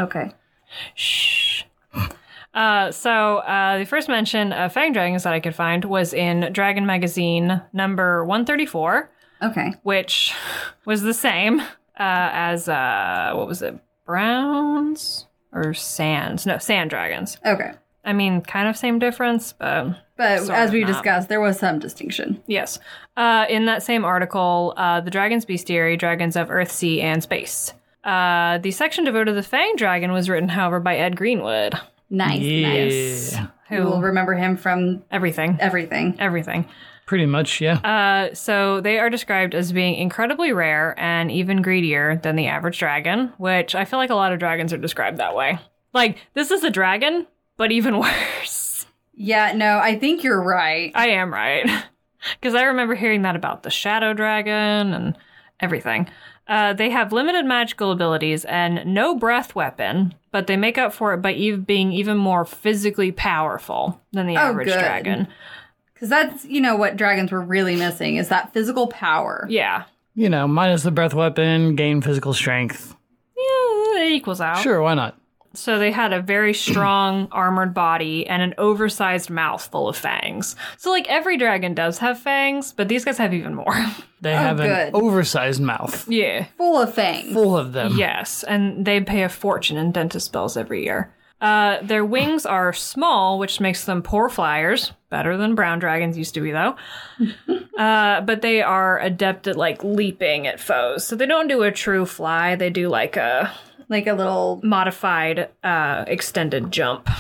S3: Okay.
S2: Shh. Uh, so uh, the first mention of fang dragons that I could find was in Dragon Magazine number 134,
S3: Okay.
S2: which was the same uh, as uh, what was it, browns or sands? No, sand dragons.
S3: Okay.
S2: I mean, kind of same difference, but
S3: But
S2: Sort
S3: as
S2: of
S3: we
S2: not.
S3: discussed, there was some distinction.
S2: yes. Uh, in that same article, uh, the Dragon's Bestiary, Dragons of Earth, Sea, and Space. Uh, the section devoted to the Fang Dragon was written, however, by Ed Greenwood,
S3: Nice, nice.
S4: Yeah.
S2: who
S3: We'll remember him from
S2: everything,
S3: everything.
S2: everything.
S4: Pretty much, yeah.
S2: Uh, so they are described as being incredibly rare and even greedier than the average dragon, which I feel like a lot of dragons are described that way. Like this is a dragon, but even worse.
S3: Yeah, no, I think you're right.
S2: I am right, because I remember hearing that about the shadow dragon and everything. Uh, they have limited magical abilities and no breath weapon, but they make up for it by ev- being even more physically powerful than the
S3: Oh,
S2: average
S3: good.
S2: dragon.
S3: Because that's, you know, what dragons were really missing is that physical power.
S2: Yeah,
S4: You know, minus the breath weapon, gain physical strength.
S2: yeah, it equals out.
S4: Sure, why not?
S2: So they had a very strong armored body and an oversized mouth full of fangs. So like every dragon does have fangs, but these guys have even more.
S4: They
S2: Oh,
S4: have
S3: good.
S4: an oversized mouth
S2: yeah.
S3: Full of fangs.
S4: full of them.
S2: Yes, and they pay a fortune in dentist bills every year. Uh, their wings are small, which makes them poor flyers. Better than brown dragons used to be, though. uh, but they are adept at like leaping at foes, so they don't do a true fly. They do like a
S3: Like a little.
S2: modified uh, extended jump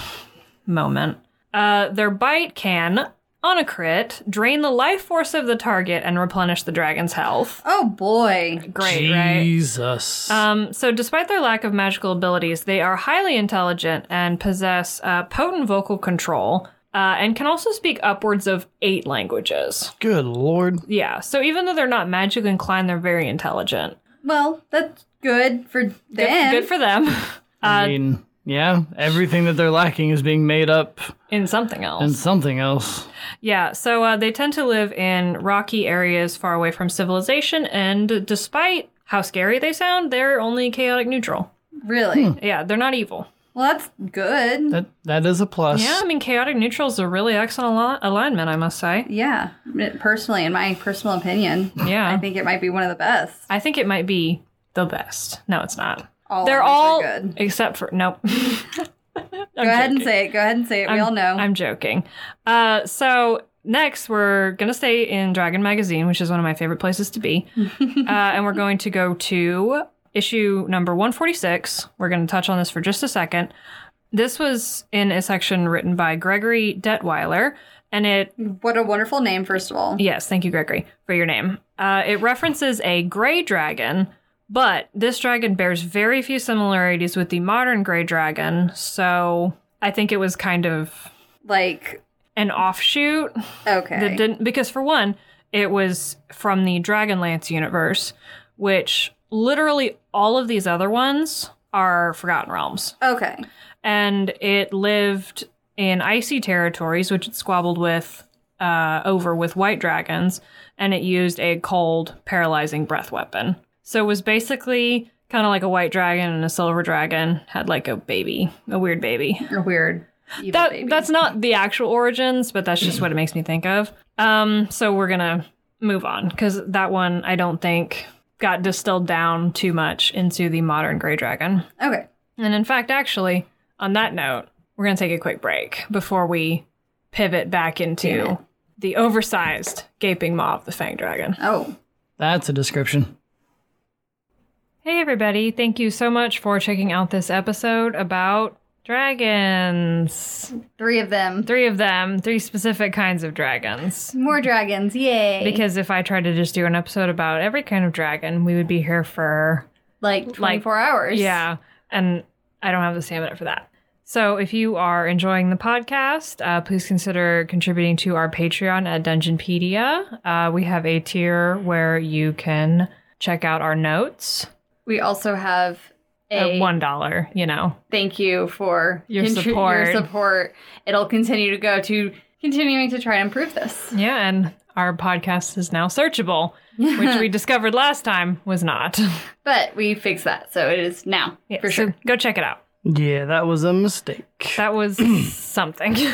S2: moment. Uh, their bite can, on a crit, drain the life force of the target and replenish the dragon's health.
S3: Oh boy.
S2: Great, right?
S4: Jesus.
S2: Um, so, despite their lack of magical abilities, they are highly intelligent and possess uh, potent vocal control. Uh, and can also speak upwards of eight languages.
S4: Good lord.
S2: Yeah, so even though they're not magically inclined, they're very intelligent.
S3: Well, that's good for them.
S2: Good for them. uh,
S4: I mean, yeah, everything that they're lacking is being made up
S2: In something else.
S4: in something else.
S2: Yeah, so uh, they tend to live in rocky areas far away from civilization, and despite how scary they sound, they're only chaotic neutral.
S3: really.
S2: Yeah, they're not evil.
S3: Well, that's good.
S4: That that is a plus.
S2: Yeah, I mean, chaotic neutral is a really excellent al- alignment, I must say.
S3: yeah. Personally, in my personal opinion,
S2: Yeah.
S3: I think it might be one of the best.
S2: I think it might be the best. No, it's not.
S3: All
S2: they're
S3: of us Oh, are
S2: all,
S3: good.
S2: except for, nope. Go
S3: Go ahead and say it. Go ahead and say it. we all know.
S2: I'm joking. Uh, so next, we're gonna stay in Dragon Magazine, which is one of my favorite places to be, uh, and we're going to go to issue number 146. We're gonna touch on this for just a second. This was in a section written by Gregory Detweiler, and it
S3: what a wonderful name, first of all.
S2: Yes, thank you, Gregory, for your name. Uh, it references a gray dragon, but this dragon bears very few similarities with the modern gray dragon, so I think it was kind of
S3: Like,
S2: an offshoot
S3: okay.
S2: that didn't because for one, it was from the Dragonlance universe, which literally all of these other ones are Forgotten Realms
S3: okay.
S2: and it lived in icy territories, which it squabbled with uh, over with white dragons, and it used a cold, paralyzing breath weapon. So it was basically kind of like a white dragon and a silver dragon had like a baby, a weird baby.
S3: You're weird. Evil
S2: That
S3: baby.
S2: that's not the actual origins, but that's just what it makes me think of. Um, so we're gonna move on because that one I don't think got distilled down too much into the modern gray dragon.
S3: okay.
S2: And in fact, actually, on that note, we're going to take a quick break before we pivot back
S3: Damn
S2: into
S3: it.
S2: the oversized gaping maw of the Fang Dragon.
S3: Oh,
S4: That's a description.
S2: Hey, everybody. Thank you so much for checking out this episode about dragons.
S3: three of them.
S2: Three of them, three specific kinds of dragons.
S3: More dragons. Yay.
S2: Because if I tried to just do an episode about every kind of dragon, we would be here for
S3: like 24 hours.
S2: Yeah, and I don't have the stamina for that. So if you are enjoying the podcast, uh, please consider contributing to our Patreon at Dungeonpedia. Uh, we have a tier where you can check out our notes
S3: We also have a
S2: at one dollar. You know,
S3: thank you for
S2: Your
S3: contri-
S2: support.
S3: Your support. It'll continue to go to continuing to try and improve this.
S2: Yeah, and our podcast is now searchable, which we discovered last time was not.
S3: But we fixed that, so it is now
S2: Yeah,
S3: for
S2: so
S3: sure.
S2: go check it out.
S4: Yeah, that was a mistake.
S2: That was something.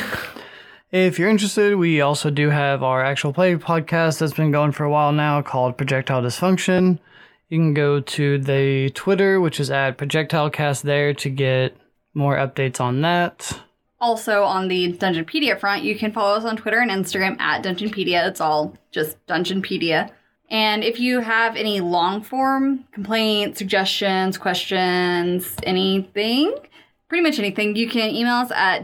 S4: If you're interested, we also do have our actual play podcast that's been going for a while now called Projectile Dysfunction. You can go to the Twitter, which is at ProjectileCast there to get more updates on that.
S3: Also on the Dungeonpedia front, you can follow us on Twitter and Instagram at Dungeonpedia. It's all just Dungeonpedia. And if you have any long form complaints, suggestions, questions, anything, pretty much anything, you can email us at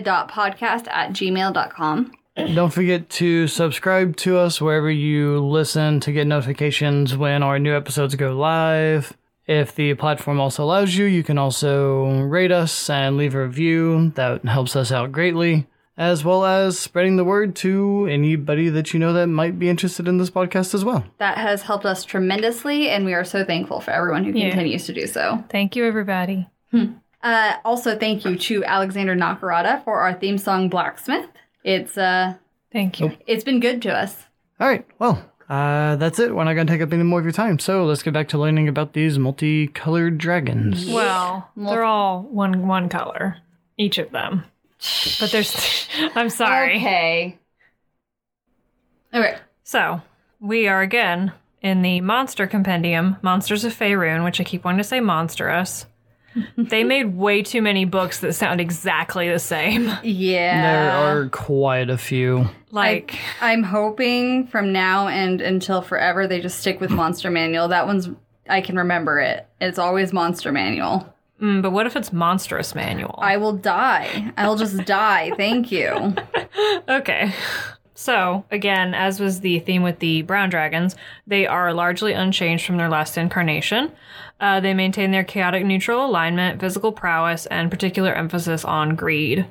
S3: dungeonpedia.podcast at gmail.com.
S4: Don't forget to subscribe to us wherever you listen to get notifications when our new episodes go live. If the platform also allows you, you can also rate us and leave a review. That helps us out greatly, as well as spreading the word to anybody that you know that might be interested in this podcast as well.
S3: That has helped us tremendously, and we are so thankful for everyone who
S2: Yeah.
S3: continues to do so.
S2: Thank you, everybody.
S3: Uh, also, thank you to Alexander Nakarada for our theme song "Blacksmith." It's uh,
S2: Thank you.
S3: it's been good to us.
S4: All right, well, uh, that's it. We're not going to take up any more of your time, so let's get back to learning about these multicolored dragons.
S2: Well, they're all one one color, each of them. But there's. I'm sorry.
S3: Okay. Okay.
S2: So we are again in the monster compendium, Monsters of Faerun, which I keep wanting to say monstrous. they made way too many books that sound exactly the same.
S3: Yeah.
S4: There are quite a few.
S2: Like.
S3: I'm hoping from now and until forever they just stick with Monster Manual. That one's I can remember it. It's always Monster Manual.
S2: Mm, but what if it's monstrous manual?
S3: I will die. I will just die. Thank you.
S2: okay. So, again, as was the theme with the brown dragons, they are largely unchanged from their last incarnation. Uh, they maintain their chaotic neutral alignment, physical prowess, and particular emphasis on greed.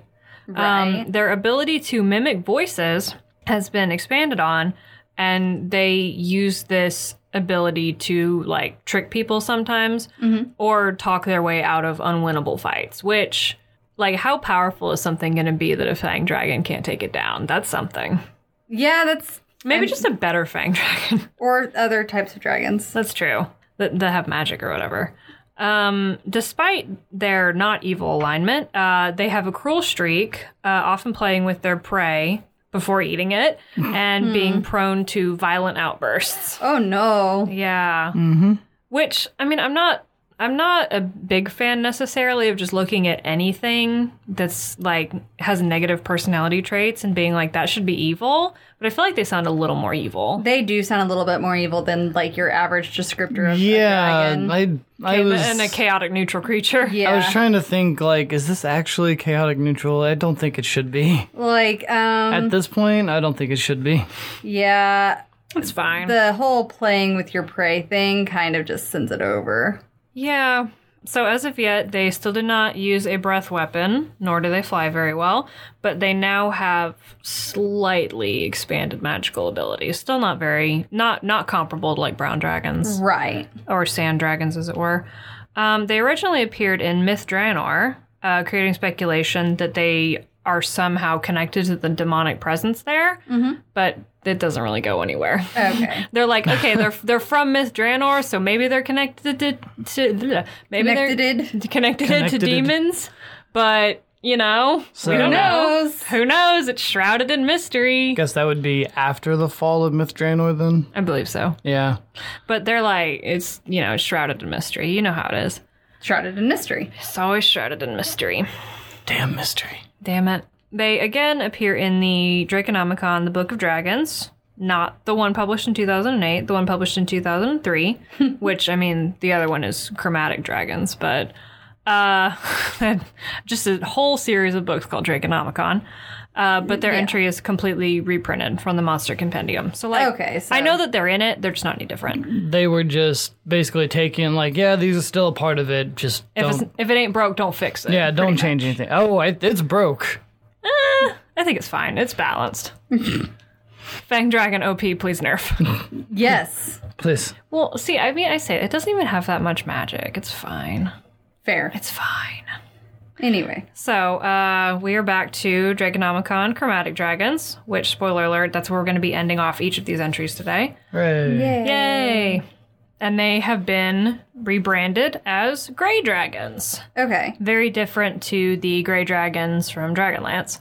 S3: Right.
S2: Um, their ability to mimic voices has been expanded on, and they use this ability to like trick people sometimes or talk their way out of unwinnable fights. Which, like, how powerful is something going to be that a Fang Dragon can't take it down? That's something.
S3: yeah, that's
S2: Maybe just a better Fang Dragon.
S3: or other types of dragons.
S2: That's true. That, that have magic or whatever. Um, despite their not evil alignment, uh, they have a cruel streak, uh, often playing with their prey before eating it and being prone to violent outbursts.
S3: Oh no.
S2: Yeah. Which I mean, I'm not. I'm not a big fan necessarily of just looking at anything that's like has negative personality traits and being like that should be evil, but I feel like they sound a little more evil.
S3: They do sound a little bit more evil than like your average descriptor of a
S4: Yeah,
S3: dragon.
S4: I, I
S2: And-
S4: was
S2: and a chaotic neutral creature.
S3: yeah.
S4: I was trying to think like, is this actually chaotic neutral? I don't think it should be.
S3: like um
S2: Mm-hmm.
S4: At this point, I don't think it should be.
S3: yeah,
S2: It's fine.
S3: the whole playing with your prey thing kind of just sends it over.
S2: Yeah. So as of yet, they still do not use a breath weapon, nor do they fly very well, but they now have slightly expanded magical abilities. Still not very not not comparable to like brown dragons
S3: Right.
S2: or sand dragons as it were. Um, they originally appeared in Myth Draenor, uh, creating speculation that they are somehow connected to the demonic presence there, but it doesn't really go anywhere.
S3: Okay.
S2: They're like, okay, they're they're from Myth Draenor, so maybe they're connected to, to bleh. maybe
S3: Connected.
S2: they're connected, to
S4: Connected.
S2: demons, but you know, we
S4: So-
S2: don't
S4: Who
S2: know.
S3: knows?
S2: Who knows? It's shrouded in mystery.
S4: Guess that would be after the fall of Mithranor, then.
S2: I believe so,
S4: Yeah,
S2: but they're like, it's you know, it's shrouded in mystery. You know how it is.
S3: Shrouded in mystery.
S2: It's always shrouded in mystery.
S4: damn mystery.
S2: Damn it. They again appear in the Draconomicon, the Book of Dragons, not the one published in 2008, the one published in 2003, which, I mean, the other one is Chromatic Dragons, but uh, just a whole series of books called Draconomicon. Uh, but their entry is completely reprinted from the Monster Compendium. So, like,
S3: Okay, so-
S2: I know that they're in it, they're just not any different.
S4: They were just basically taking like, yeah, these are still a part of it. Just
S2: If, it's,
S4: don't,
S2: if it ain't broke, don't fix it.
S4: yeah, don't change anything. Oh, it, it's broke.
S2: Eh, I think it's fine, it's balanced. Fang Dragon OP, please nerf.
S3: Yes.
S4: Please,
S2: Well, see, I mean, I say it doesn't even have that much magic. It's fine.
S3: Fair.
S2: It's fine.
S3: Anyway,
S2: So uh, we are back to Dragonomicon Chromatic Dragons, which, spoiler alert, that's where we're going to be ending off each of these entries today.
S4: Right.
S2: Yay! And they have been rebranded as Grey Dragons.
S3: Okay.
S2: Very different to the Grey Dragons from Dragonlance.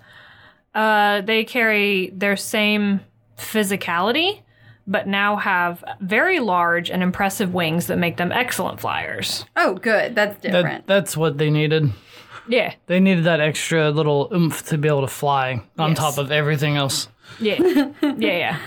S2: Uh, they carry their same physicality, but now have very large and impressive wings that make them excellent flyers.
S3: Oh, good. That's different.
S4: That, that's what they needed.
S2: Yeah,
S4: They needed that extra little oomph to be able to fly on
S2: Yes.
S4: top of everything else.
S2: Yeah. yeah, yeah.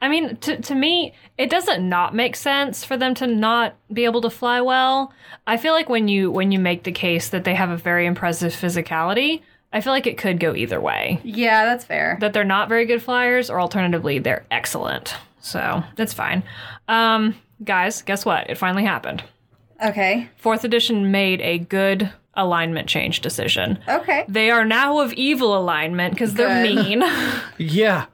S2: I mean, to, to me, it doesn't not make sense for them to not be able to fly well. I feel like when you when you make the case that they have a very impressive physicality, I feel like it could go either way.
S3: yeah, that's fair.
S2: That they're not very good flyers, or alternatively, they're excellent. So that's fine. Um, guys, guess what? It finally happened.
S3: okay.
S2: Fourth edition made a good alignment change decision.
S3: Okay.
S2: They are now of evil alignment because they're
S3: Good.
S2: mean.
S4: Yeah.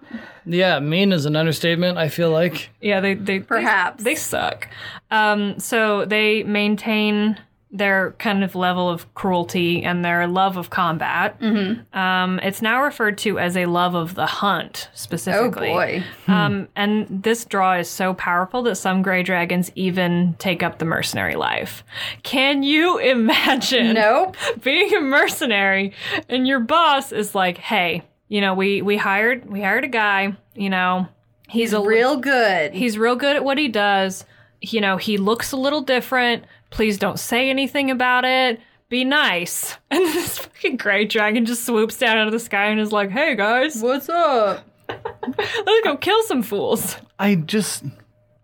S4: Yeah, mean is an understatement, I feel like.
S2: Yeah, they they
S3: Perhaps.
S2: they, they suck. Um, so they maintain their kind of level of cruelty and their love of combat. Mm-hmm. Um, it's now referred to as a love of the hunt
S3: Oh
S2: specifically.
S3: boy.
S2: Um, and this draw is so powerful that some gray dragons even take up the mercenary life. Can you imagine?
S3: Nope.
S2: being a mercenary and your boss is like, "Hey, you know, we we hired we hired a guy, you know, he's, a
S3: Real good.
S2: he's real good at what he does. You know, he looks a little different. Please don't say anything about it. Be nice." And this fucking gray dragon just swoops down out of the sky and is like, "Hey guys,
S3: What's up?
S2: let's go kill some fools."
S4: I just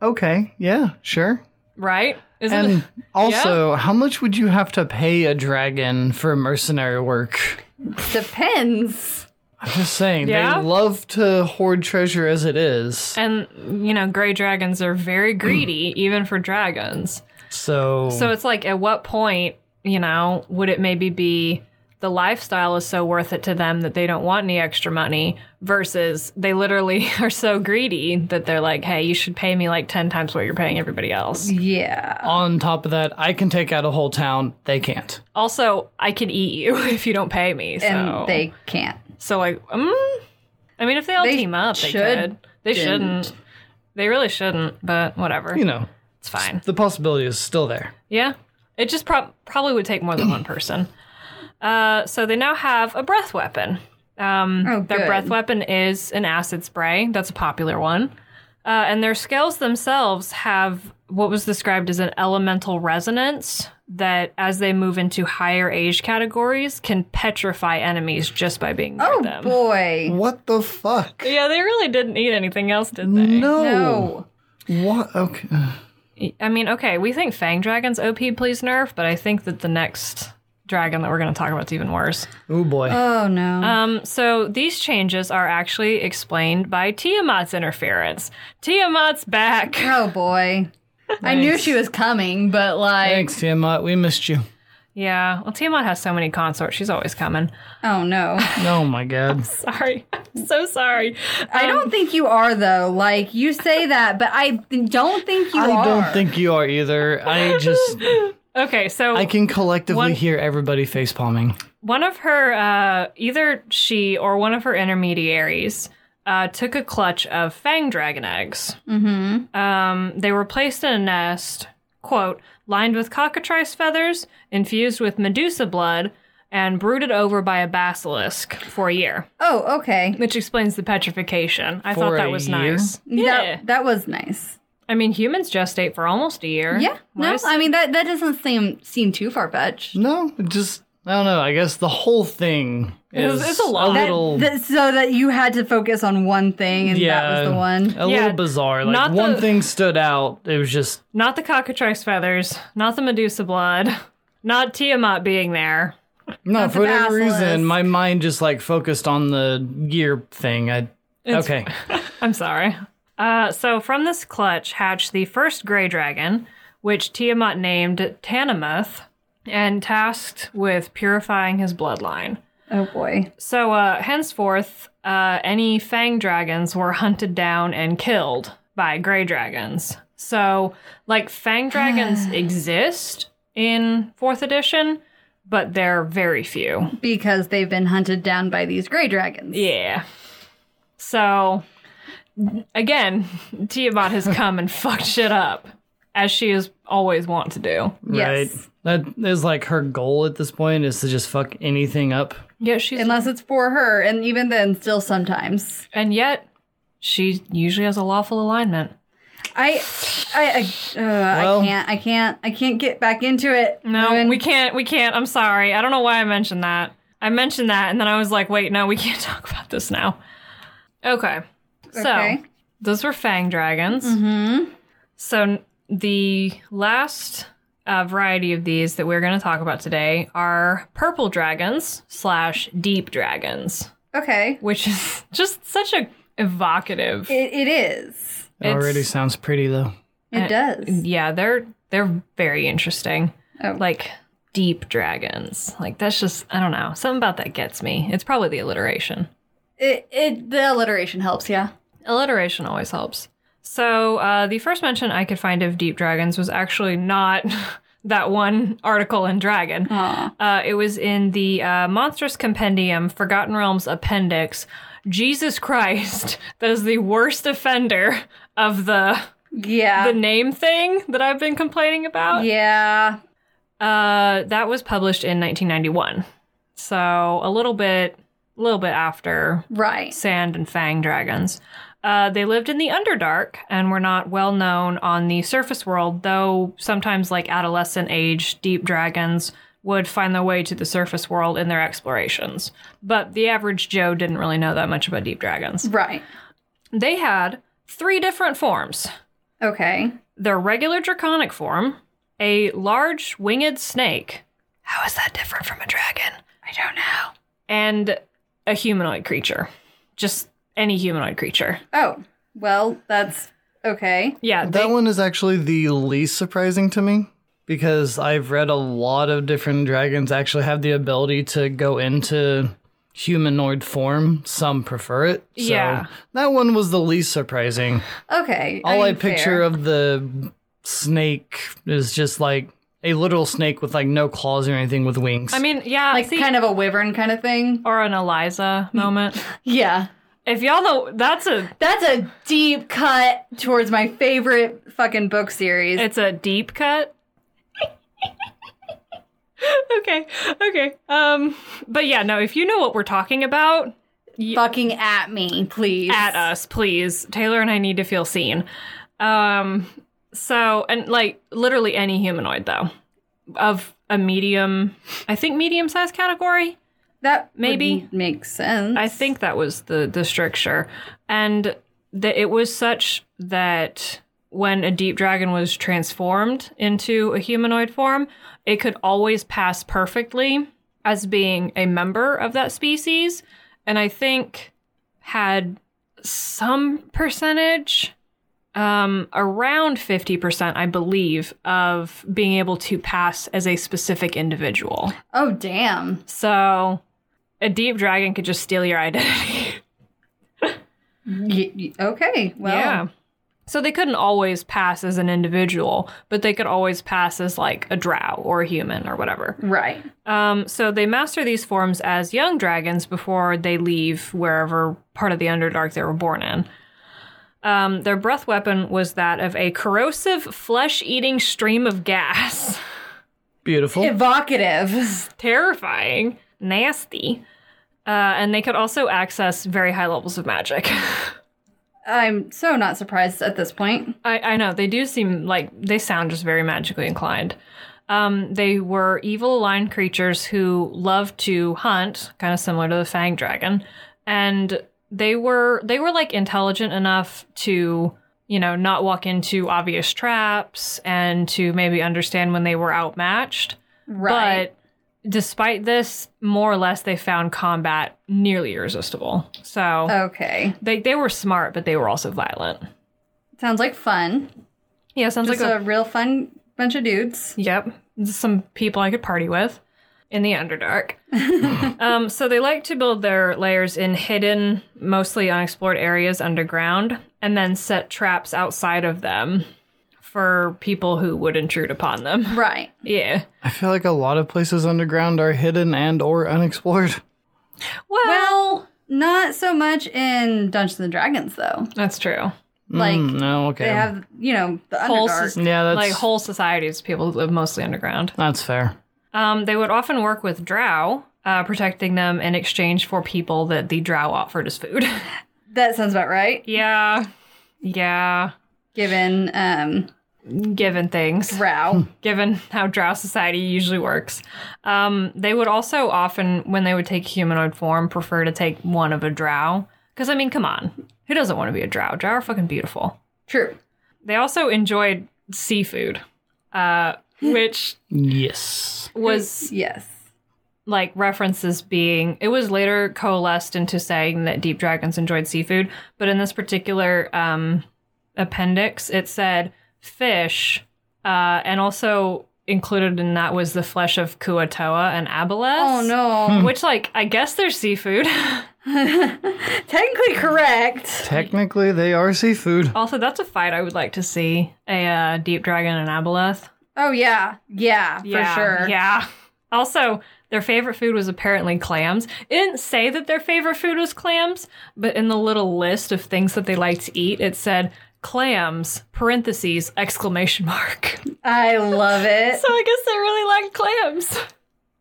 S4: okay, yeah, sure.
S2: Right? Isn't
S4: And
S2: it?
S4: also, how much would you have to pay a dragon for mercenary work?
S3: Depends.
S4: I'm just saying,
S2: Yeah?
S4: they love to hoard treasure as it is.
S2: And you know, gray dragons are very greedy, even for dragons.
S4: So,
S2: So it's like, at what point, you know, would it maybe be the lifestyle is so worth it to them that they don't want any extra money versus they literally are so greedy that they're like, hey, you should pay me like 10 times what you're paying everybody else.
S3: Yeah.
S4: on top of that, I can take out a whole town. They can't.
S2: Also, I can eat you if you don't pay me. So,
S3: And they can't.
S2: so like, mm, I mean, if they all
S3: They
S2: team up, they could.
S3: shouldn't.
S2: They shouldn't. They really shouldn't, but whatever.
S4: You know,
S2: It's fine.
S4: the possibility is still there.
S2: Yeah. It just prob- probably would take more than one person. Uh, so they now have a breath weapon. Um,
S3: Oh,
S2: their
S3: good.
S2: breath weapon is an acid spray. That's a popular one. Uh, and their scales themselves have what was described as an elemental resonance that, as they move into higher age categories, can petrify enemies just by being near
S3: Oh
S2: them.
S3: boy.
S4: What the fuck?
S2: Yeah, they really didn't need anything else, did they?
S4: No.
S3: No.
S4: What? Okay.
S2: I mean, okay, we think Fang Dragon's OP, please nerf, but I think that the next dragon that we're going to talk about is even worse.
S4: Oh boy.
S3: Oh no.
S2: Um, so these changes are actually explained by Tiamat's interference. Tiamat's back.
S3: oh boy. I knew she was coming, but like,
S4: Thanks, Tiamat. We missed you.
S2: Yeah, well, Tiamat has so many consorts; she's always coming.
S3: oh no.
S4: Oh my god.
S2: Sorry, I'm so sorry.
S3: I
S2: Um,
S3: don't think you are though. Like you say that, but I th- don't think you are.
S4: I don't think you are either. I just
S2: Okay, so
S4: I can collectively
S2: One-
S4: hear everybody face palming.
S2: one of her, uh, either she or one of her intermediaries, uh, took a clutch of Fang Dragon eggs.
S4: Mm-hmm.
S2: Um, they were placed in a nest, quote, lined with cockatrice feathers, infused with Medusa blood, and brooded over by a basilisk for a year,
S3: Oh, okay.
S2: which explains the petrification. I thought
S4: For
S2: that
S4: a
S2: was
S4: year?
S2: nice. Yeah.
S3: That that was nice.
S2: I mean, humans gestate for almost a year.
S3: Yeah.
S2: Why
S3: No,
S2: is-
S3: I mean that that doesn't seem seem too far fetched.
S4: No, it just I don't know. I guess the whole thing
S2: It's-
S4: is
S2: it's a lot. That-
S4: little
S3: so that you had to focus on one thing, and that was the one.
S4: a
S2: Yeah,
S4: little bizarre. Like
S2: not
S4: one
S2: the-
S4: thing stood out. It was just
S2: not the cockatrice feathers, not the Medusa blood, not Tiamat being there.
S4: no for whatever
S3: basilisk.
S4: reason my mind just like focused on the gear thing. I okay.
S2: I'm sorry. Uh, so from this clutch hatched the first gray dragon, which Tiamat named Tanamoth, and tasked with purifying his bloodline.
S3: Oh boy.
S2: So uh, henceforth, uh, any fang dragons were hunted down and killed by gray dragons. So, like, fang dragons exist in fourth edition, but they're very few.
S3: because they've been hunted down by these gray dragons.
S2: Yeah. So, again, Tiamat has come and fucked shit up, as she is always want to do.
S3: Yes.
S4: Right. That is like her goal at this point is to just fuck anything up.
S2: Yet she's
S3: Unless it's for her, and even then, still sometimes.
S2: and yet she usually has a lawful alignment.
S3: I, I, I, uh,
S4: Well-
S3: I can't, I can't, I can't get back into it.
S2: No,
S3: Ruin.
S2: we can't. We can't. I'm sorry. I don't know why I mentioned that. I mentioned that, and then I was like, wait, no, we can't talk about this now. Okay.
S3: Okay.
S2: So those were fang dragons.
S3: Mhm.
S2: So n- the last uh, variety of these that we're going to talk about today are purple dragons slash deep dragons,
S3: Okay.
S2: which is just such a evocative.
S3: It, it is.
S4: It
S2: It's-
S4: already sounds pretty though.
S3: It
S2: Uh,
S3: does.
S2: yeah, they're they're very interesting.
S3: Oh.
S2: Like deep dragons. Like that's just I don't know. Something about that gets me. It's probably the alliteration.
S3: It, it, the alliteration helps. Yeah.
S2: Alliteration always helps. So uh, the first mention I could find of deep dragons was actually not that one article in Dragon.
S3: Aw.
S2: Uh, it was in the uh, Monstrous Compendium, Forgotten Realms Appendix. Jesus Christ, that is the worst offender of the the
S3: Yeah.
S2: name thing that I've been complaining about.
S3: Uh, yeah.
S2: Uh, that was published in 1991. So a little bit, a little bit after
S3: Right.
S2: Sand and Fang Dragons. Uh, they lived in the Underdark and were not well known on the surface world, though sometimes, like adolescent age, deep dragons would find their way to the surface world in their explorations. But the average Joe didn't really know that much about deep dragons.
S3: Right.
S2: They had three different forms
S3: Okay.
S2: their regular draconic form, a large winged snake. How is that different from a dragon? I don't know. And a humanoid creature. Just any humanoid creature.
S3: Oh. Well, that's okay.
S2: Yeah, they,
S4: That one is actually the least surprising to me because I've read a lot of different dragons actually have the ability to go into humanoid form. Some prefer it. So
S2: Yeah.
S4: That one was the least surprising.
S3: Okay.
S4: All I,
S3: mean,
S4: picture
S3: fair.
S4: of the snake is just like a literal snake with like no claws or anything with wings.
S2: I mean, yeah,
S3: like
S2: see,
S3: kind of a wyvern kind of thing.
S2: or an Eliza moment.
S3: Yeah.
S2: if y'all know, that's a
S3: That's a deep cut towards my favorite fucking book series.
S2: it's a deep cut. okay, okay. Um, but yeah, no. If you know what we're talking about,
S3: fucking at me, please.
S2: at us, please. Taylor and I need to feel seen. Um, so, and like literally any humanoid, though, of a medium, I think medium size category.
S3: That
S2: Maybe.
S3: maybe makes sense.
S2: I think that was the, the stricture. And that it was such that when a deep dragon was transformed into a humanoid form, it could always pass perfectly as being a member of that species. And I think had some percentage, um, around 50%, I believe, of being able to pass as a specific individual.
S3: Oh damn.
S2: So a deep dragon could just steal your identity.
S3: Y- y- okay. Well.
S2: So they couldn't always pass as an individual, but they could always pass as like a drow or a human or whatever.
S3: Right.
S2: Um, so they master these forms as young dragons before they leave wherever part of the Underdark they were born in. Um, their breath weapon was that of a corrosive, flesh eating stream of gas.
S4: Beautiful.
S3: Evocative.
S2: Terrifying. Nasty. Uh, and they could also access very high levels of magic.
S3: I'm so not surprised at this point.
S2: I, I know they do seem like they sound just very magically inclined. Um, they were evil aligned creatures who love to hunt, kind of similar to the Fang Dragon, and they were they were like intelligent enough to you know not walk into obvious traps and to maybe understand when they were outmatched.
S3: Right.
S2: But despite this, more or less, they found combat nearly irresistible. So
S3: Oh. okay.
S2: they they were smart, but they were also violent.
S3: Sounds like fun.
S2: Yeah, sounds
S3: Just
S2: like a-
S3: a real fun bunch of dudes.
S2: Yep. Some people I could party with in the Underdark. um, so they like to build their layers in hidden, mostly unexplored areas underground and then set traps outside of them for people who would intrude upon them.
S3: Right.
S2: Yeah.
S4: I feel like a lot of places underground are hidden and or unexplored.
S2: Well,
S3: Well, not so much in Dungeons and Dragons though.
S2: that's true.
S3: Like
S4: Mm, no, okay.
S3: they have, you know, the
S2: Whole
S3: Underdark.
S2: soc-
S4: yeah, that's
S2: like whole societies, people who live mostly underground.
S4: that's fair.
S2: Um, they would often work with drow, uh, protecting them in exchange for people that the drow offered as food.
S3: that sounds about right.
S2: yeah. Yeah.
S3: Given um
S2: Given things.
S3: Rao.
S2: given how drow society usually works. Um, they would also often, when they would take humanoid form, prefer to take one of a drow. Because, I mean, come on. Who doesn't want to be a drow? Drow are fucking beautiful.
S3: True.
S2: They also enjoyed seafood, uh, which
S4: Yes.
S2: was
S3: Yes.
S2: like references being, it was later coalesced into saying that deep dragons enjoyed seafood. But in this particular um, appendix, it said fish, uh, and also included in that was the flesh of Kuatoa and Abeles.
S3: Oh no.
S2: Which, like, I guess there's seafood.
S3: Technically correct.
S4: Technically, they are seafood.
S2: also, that's a fight I would like to see a uh, deep dragon and Aboleth.
S3: Oh yeah. Yeah,
S2: Yeah,
S3: for sure.
S2: Yeah. Also, their favorite food was apparently clams. It didn't say that their favorite food was clams, but in the little list of things that they like to eat, it said clams parentheses exclamation mark.
S3: I love it.
S2: So I guess they really like clams.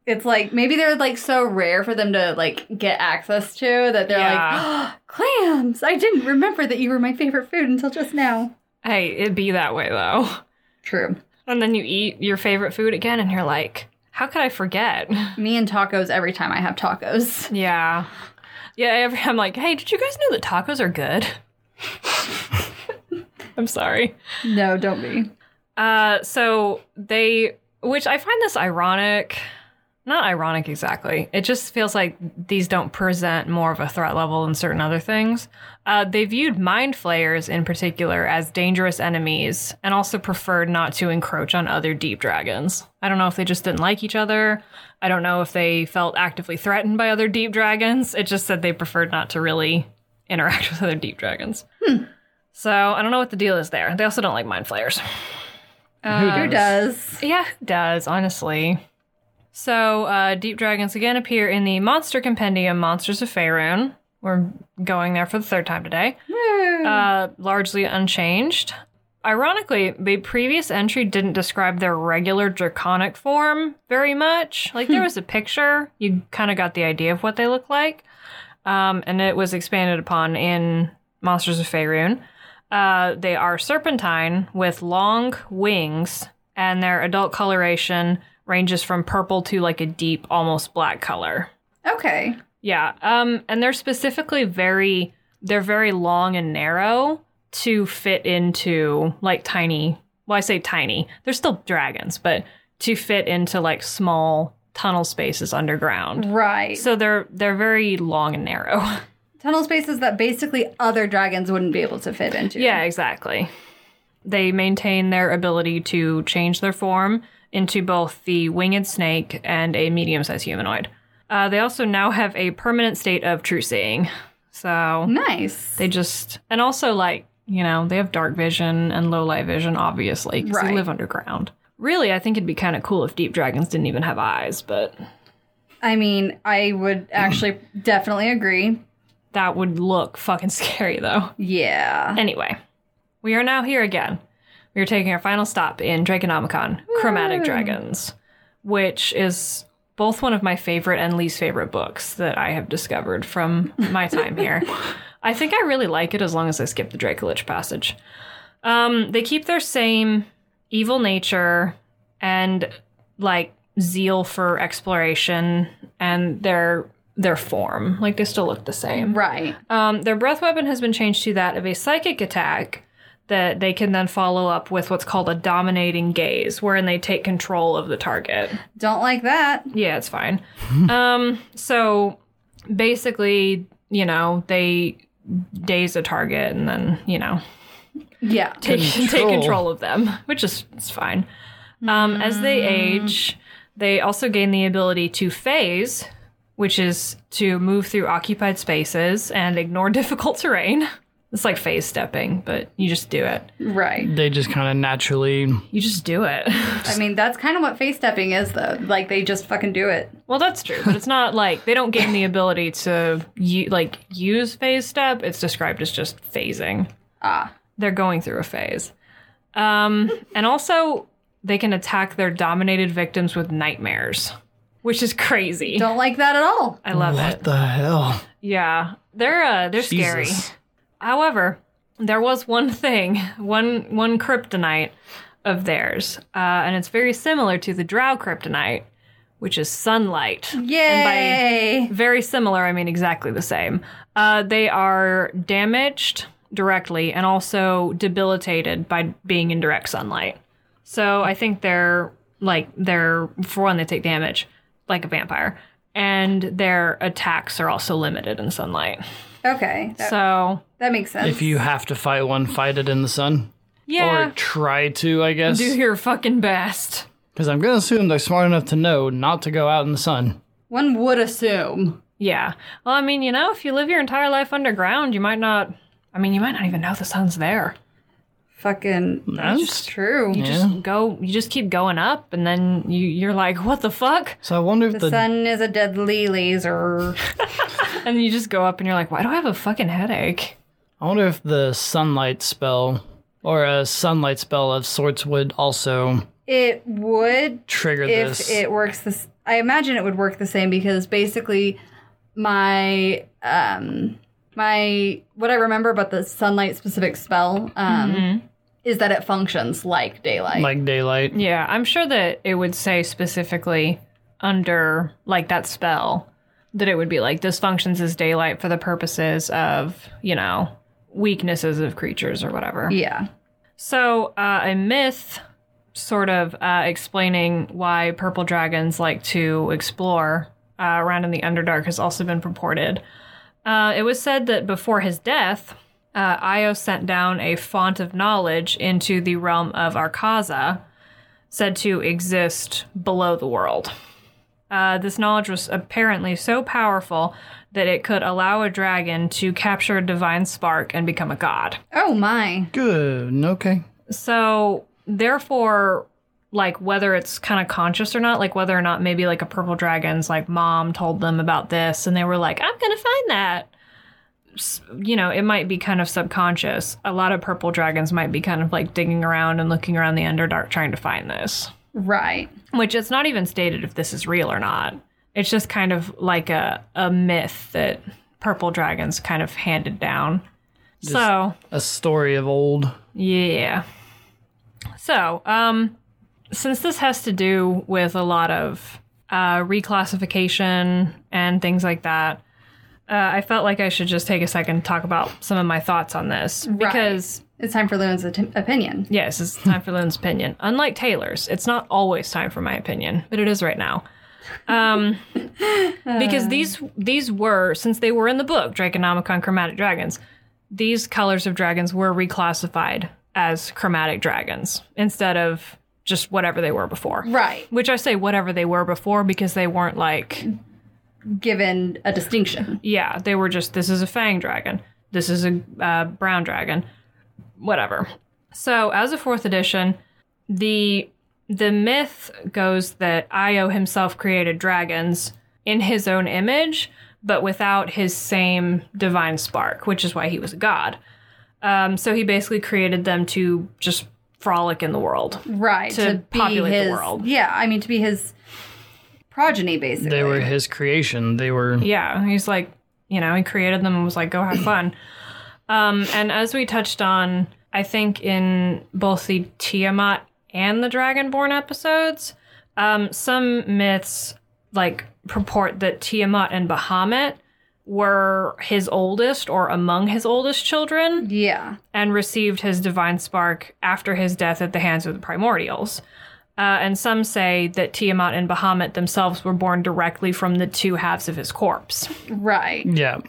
S3: it's like maybe they're like so rare for them to like get access to that they're
S2: Yeah.
S3: like "Ah, clams. I didn't remember that you were my favorite food until just now.
S2: Hey, it'd be that way though.
S3: True.
S2: And then you eat your favorite food again, and you're like, how could I forget?
S3: Me and tacos every time I have tacos.
S2: Yeah. Yeah, every, I'm like, hey, did you guys know that tacos are good? I'm sorry.
S3: No, don't be.
S2: Uh, so they, which I find this ironic, not ironic exactly. It just feels like these don't present more of a threat level than certain other things. Uh, they viewed mind flayers in particular as dangerous enemies and also preferred not to encroach on other deep dragons. I don't know if they just didn't like each other. I don't know if they felt actively threatened by other deep dragons. It just said they preferred not to really interact with other deep dragons. So I don't know what the deal is there. They also don't like mind flayers.
S3: Who does?
S2: Yeah, who does, honestly? So, uh, deep dragons again appear in the Monster Compendium Monsters of Faerun. We're going there for the third time today. Uh, largely unchanged. Ironically, the previous entry didn't describe their regular draconic form very much. Like, there was a picture, you kind of got the idea of what they look like. Um, and it was expanded upon in Monsters of Faerun. Uh, they are serpentine with long wings, and their adult coloration ranges from purple to like a deep, almost black color.
S3: Okay.
S2: Yeah, um, and they're specifically very they're very long and narrow to fit into like tiny. Well, I say tiny. They're still dragons, but to fit into like small tunnel spaces underground.
S3: Right.
S2: So they're they're very long and narrow.
S3: Tunnel spaces that basically other dragons wouldn't be able to fit into.
S2: Yeah, exactly. They maintain their ability to change their form into both the winged snake and a medium sized humanoid. Uh, they also now have a permanent state of true seeing. So
S3: Nice.
S2: they just, and also like, you know, they have dark vision and low light vision, obviously, because
S3: Right.
S2: they live underground. Really, I think it'd be kind of cool if deep dragons didn't even have eyes, but
S3: I mean, I would actually definitely agree.
S2: that would look fucking scary though.
S3: Yeah.
S2: Anyway, we are now here again. We are taking our final stop in Draconomicon, Chromatic Dragons, which is both one of my favorite and least favorite books that I have discovered from my time here. I think I really like it as long as I skip the Dracolich passage. Um, they keep their same evil nature and like zeal for exploration and their their form. Like they still look the same.
S3: Right.
S2: Um, their breath weapon has been changed to that of a psychic attack that they can then follow up with what's called a dominating gaze, wherein they take control of the target.
S3: Don't like that.
S2: Yeah, it's fine. um, so basically, you know, they daze a target and then, you know,
S3: Yeah.
S2: take take
S4: Control.
S2: control of them, which is it's fine. Um, As they age, they also gain the ability to phase, which is to move through occupied spaces and ignore difficult terrain. It's like phase stepping, but you just do it.
S3: Right.
S4: They just kind of naturally.
S2: You just do it.
S3: I mean, that's kind of what face stepping is, though. Like, they just fucking do it.
S2: well, that's true, but it's not like they don't gain the ability to u- like use phase step. It's described as just phasing.
S3: Ah.
S2: They're going through a phase. Um, and also they can attack their dominated victims with nightmares, which is crazy.
S3: Don't like that at all.
S2: I love
S4: what
S2: it.
S4: the hell?
S2: Yeah, they're uh, they're scary.
S4: Jesus.
S2: However, there was one thing, one one kryptonite of theirs, uh, and it's very similar to the Drow kryptonite, which is sunlight. And
S3: Yay.
S2: by very similar, I mean exactly the same. Uh, they are damaged directly and also debilitated by being in direct sunlight. So I think they're like they're for one they take damage like a vampire, and their attacks are also limited in sunlight.
S3: okay. That,
S2: So
S3: that makes sense.
S4: If you have to fight one, fight it in the sun.
S2: yeah,
S4: Or try to, I guess.
S2: do your fucking best.
S4: Because I'm going to assume they're smart enough to know not to go out in the sun.
S3: One would assume.
S2: Yeah. Well, I mean, you know, if you live your entire life underground, you might not. I mean, you might not even know the sun's there.
S3: Fucking. That's,
S4: That's-
S3: true.
S2: You just go. You just keep going up, and then you you're like, what the fuck?
S4: So I wonder if
S3: The
S4: the.
S3: sun is a deadly laser.
S2: And you just go up, and you're like, why do I have a fucking headache?
S4: I wonder if the sunlight spell or a sunlight spell of sorts would also
S3: it would
S4: trigger
S3: if
S4: this.
S3: it works this i imagine it would work the same because basically my um my what i remember about the sunlight specific spell um is that it functions like daylight
S4: like daylight.
S2: Yeah, I'm sure that it would say specifically under like that spell that it would be like this functions as daylight for the purposes of you know weaknesses of creatures or whatever.
S3: yeah
S2: So, uh, a myth sort of uh, explaining why purple dragons like to explore uh, around in the Underdark has also been purported. Uh, it was said that before his death, uh, Io sent down a font of knowledge into the realm of Arkaza, said to exist below the world. Uh, this knowledge was apparently so powerful that it could allow a dragon to capture a divine spark and become a god.
S3: oh my
S4: Good. Okay.
S2: So therefore, like whether it's kind of conscious or not, like whether or not maybe like a purple dragon's like mom told them about this and they were like, I'm gonna find that. S- You know, it might be kind of subconscious. A lot of purple dragons might be kind of like digging around and looking around the Underdark trying to find this.
S3: right
S2: Which it's not even stated if this is real or not. It's just kind of like a, a myth that purple dragons kind of handed down. so
S4: A story of old.
S2: yeah. So, um, since this has to do with a lot of uh, reclassification and things like that, uh, I felt like I should just take a second to talk about some of my thoughts on this because
S3: it's time for Luna's at- opinion
S2: Yes, it's time for Lynn's opinion. Unlike Taylor's, it's not always time for my opinion, but it is right now. Um, because these these were since they were in the book Draconomicon Chromatic Dragons, these colors of dragons were reclassified as chromatic dragons instead of just whatever they were before.
S3: right
S2: Which I say whatever they were before because they weren't like
S3: given a distinction
S2: yeah, they were just this is a fang dragon, this is a uh, brown dragon, whatever. So as a fourth edition, the the myth goes that Io himself created dragons in his own image, but without his same divine spark, which is why he was a god. Um, so he basically created them to just frolic in the world.
S3: right
S2: To populate the
S3: his
S2: world.
S3: yeah i mean to be his progeny basically
S4: They were his creation. They were.
S2: Yeah, he's like, you know, he created them and was like, go have fun. um, and as we touched on, I think in both the Tiamat and the Dragonborn episodes, um, some myths like purport that Tiamat and Bahamut were his oldest or among his oldest children
S3: yeah
S2: and received his divine spark after his death at the hands of the primordials. Uh, and some say that Tiamat and Bahamut themselves were born directly from the two halves of his corpse.
S3: right
S4: Yeah.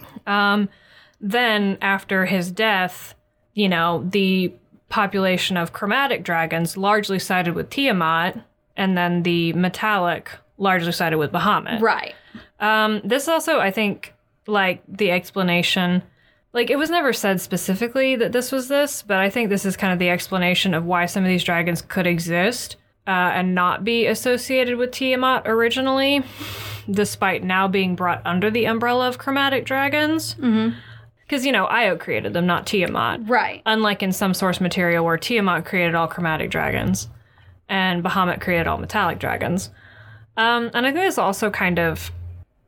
S2: Then, after his death, you know, the population of chromatic dragons largely sided with Tiamat, and then the metallic largely sided with Bahamut.
S3: right
S2: Um, this also, I think, like the explanation Like it was never said specifically that this was this, but I think this is kind of the explanation of why some of these dragons could exist uh, and not be associated with Tiamat originally, despite now being brought under the umbrella of chromatic dragons. Because you know Io created them, not Tiamat.
S3: Right.
S2: Unlike in some source material where Tiamat created all chromatic dragons and Bahamut created all metallic dragons. Um, and I think this also kind of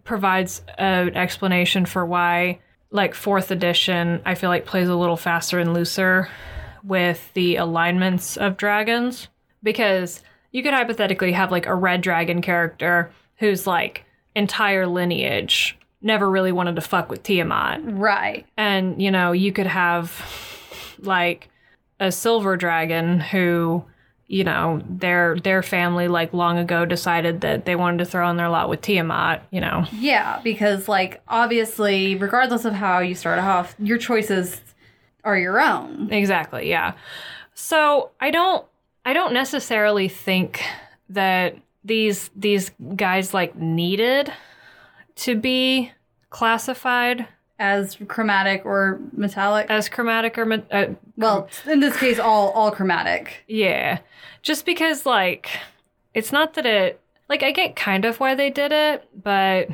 S2: provides an explanation for why, like, fourth edition, I feel like plays a little faster and looser with the alignments of dragons. Because you could hypothetically have, like, a red dragon character whose, like, entire lineage never really wanted to fuck with Tiamat
S3: Right.
S2: and you know you could have like a silver dragon who you know their their family like long ago decided that they wanted to throw in their lot with Tiamat you know
S3: Yeah, because like obviously, regardless of how you start off, your choices are your own.
S2: exactly yeah so i don't i don't necessarily think that these these guys like needed to be classified
S3: As chromatic or metallic.
S2: as chromatic or ma- uh,
S3: well, in this case, all all chromatic.
S2: Yeah. Just because, like, it's not that it, like, I get kind of why they did it, but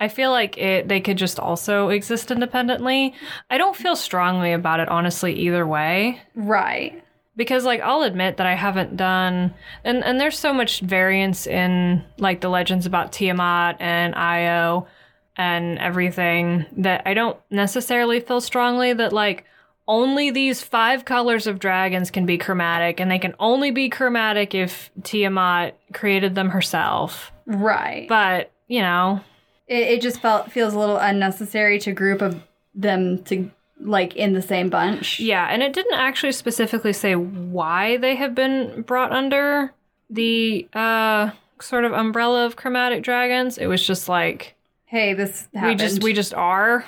S2: I feel like it, they could just also exist independently. I don't feel strongly about it, honestly, either way.
S3: Right.
S2: Because, like, I'll admit that I haven't done, and, and there's so much variance in, like, the legends about Tiamat and Io and everything that I don't necessarily feel strongly that, like, only these five colors of dragons can be chromatic, and they can only be chromatic if Tiamat created them herself.
S3: Right.
S2: But, you know,
S3: it, it just felt feels a little unnecessary to group of them to like in the same bunch.
S2: yeah, and it didn't actually specifically say why they have been brought under the uh, sort of umbrella of chromatic dragons. It was just like,
S3: Hey, this happened.
S2: we just we just are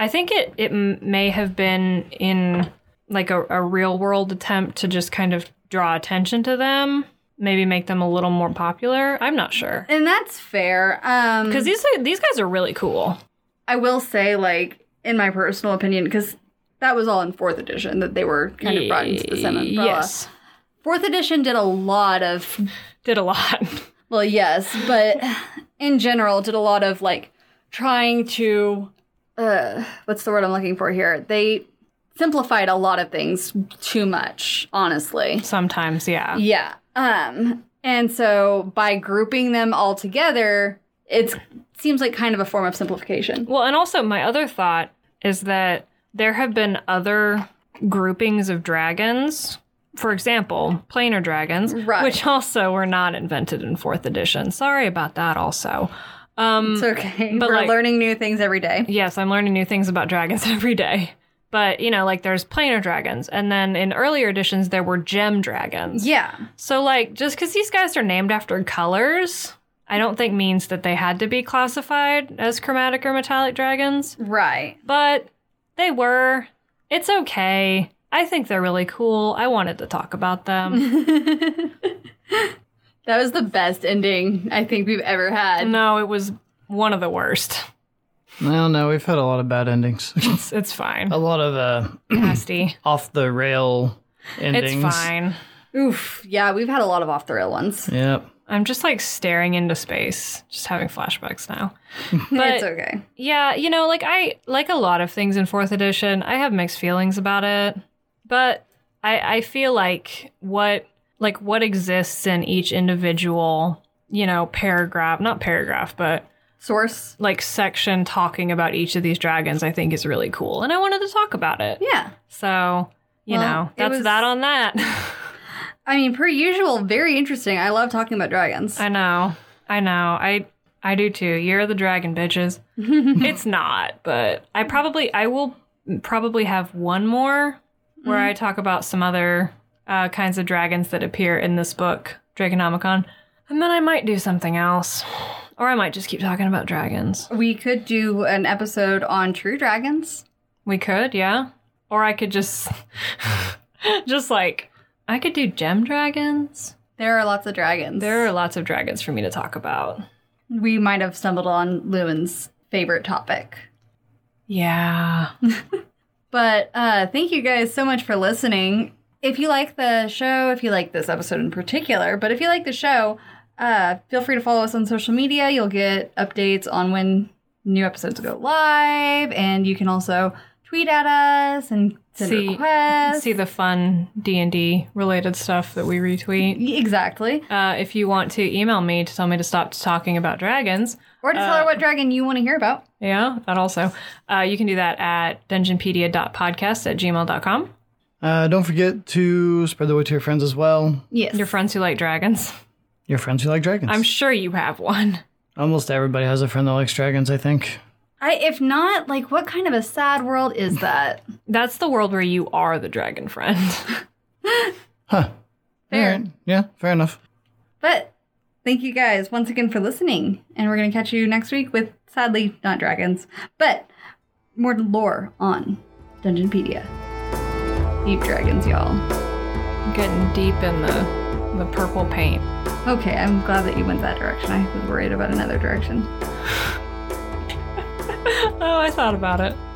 S2: i think it it m- may have been in like a, a real world attempt to just kind of draw attention to them maybe make them a little more popular i'm not sure
S3: and that's fair. Um,
S2: because these are- these guys are really cool
S3: I will say, like, in my personal opinion, because that was all in fourth edition that they were kind of brought into the same umbrella.
S2: yes
S3: Fourth edition did a lot of,
S2: did a lot
S3: well, yes, but in general, did a lot of like trying to, uh, what's the word I'm looking for here? They simplified a lot of things too much, honestly.
S2: sometimes yeah
S3: Yeah. Um, and so by grouping them all together, it seems like kind of a form of simplification.
S2: well and also my other thought is that there have been other groupings of dragons for example, planar dragons,
S3: Right.
S2: which also were not invented in fourth edition. Sorry about that, also.
S3: It's okay.
S2: but,
S3: We're
S2: like-
S3: learning new things every day.
S2: yes, I'm learning new things about dragons every day. But, you know, like there's planar dragons. And then in earlier editions, there were gem dragons.
S3: Yeah.
S2: So, like, just because these guys are named after colors, I don't think means that they had to be classified as chromatic or metallic dragons.
S3: Right.
S2: But they were. It's okay. I think they're really cool. I wanted to talk about them.
S3: That was the best ending I think we've ever had.
S2: no, it was one of the worst.
S4: Well, no, we've had a lot of bad endings.
S2: It's, it's fine.
S4: a lot of uh,
S2: Nasty.
S4: off the rail endings.
S2: It's fine.
S3: Oof. Yeah, we've had a lot of off the rail ones.
S4: Yep.
S2: I'm just like staring into space, just having flashbacks now.
S3: it's okay.
S2: Yeah, you know, like I like a lot of things in fourth edition, I have mixed feelings about it. But I I feel like what like what exists in each individual, you know, paragraph, not paragraph, but
S3: Source.
S2: like section talking about each of these dragons, I think is really cool. And I wanted to talk about it.
S3: Yeah.
S2: So, you
S3: Well,
S2: know,
S3: it
S2: that's
S3: was-
S2: that on that.
S3: I mean, per usual, very interesting. I love talking about dragons.
S2: I know. I know. I I do too. You're the dragon bitches. it's not, but I probably I will probably have one more where
S3: Mm-hmm.
S2: I talk about some other uh, kinds of dragons that appear in this book, Dragonomicon. And then I might do something else. Or I might just keep talking about dragons.
S3: we could do an episode on true dragons.
S2: We could, yeah. Or I could just just like I could do gem dragons.
S3: There are lots of dragons.
S2: There are lots of dragons for me to talk about.
S3: we might have stumbled on Lewin's favorite topic.
S2: Yeah.
S3: But uh, thank you guys so much for listening. If you like the show, if you like this episode in particular, but if you like the show, uh, feel free to follow us on social media. You'll get updates on when new episodes go live, and you can also tweet at us and send
S2: See-
S3: requests.
S2: See the fun D and D related stuff that we retweet.
S3: exactly,
S2: Uh, if you want to email me to tell me to stop talking about dragons,
S3: or to tell her what dragon you want to hear about.
S2: yeah, that also, uh, you can do that at dungeonpedia.podcast at gmail.com.
S4: Uh, don't forget to spread the word to your friends as well.
S3: Yes,
S2: Your friends who like dragons.
S4: Your friends who like dragons.
S2: I'm sure you have one.
S4: Almost everybody has a friend that likes dragons, I think.
S3: I, if not, like, what kind of a sad world is that?
S2: That's the world where you are the dragon friend.
S4: Huh.
S3: Fair.
S4: Alright. Yeah, fair enough.
S3: But thank you guys once again for listening. And we're going to catch you next week with, sadly, not dragons, but more lore on Dungeonpedia. Deep dragons, y'all.
S2: Getting deep in the the purple paint.
S3: Okay, I'm glad that you went that direction. I was worried about another direction.
S2: Oh, I thought about it.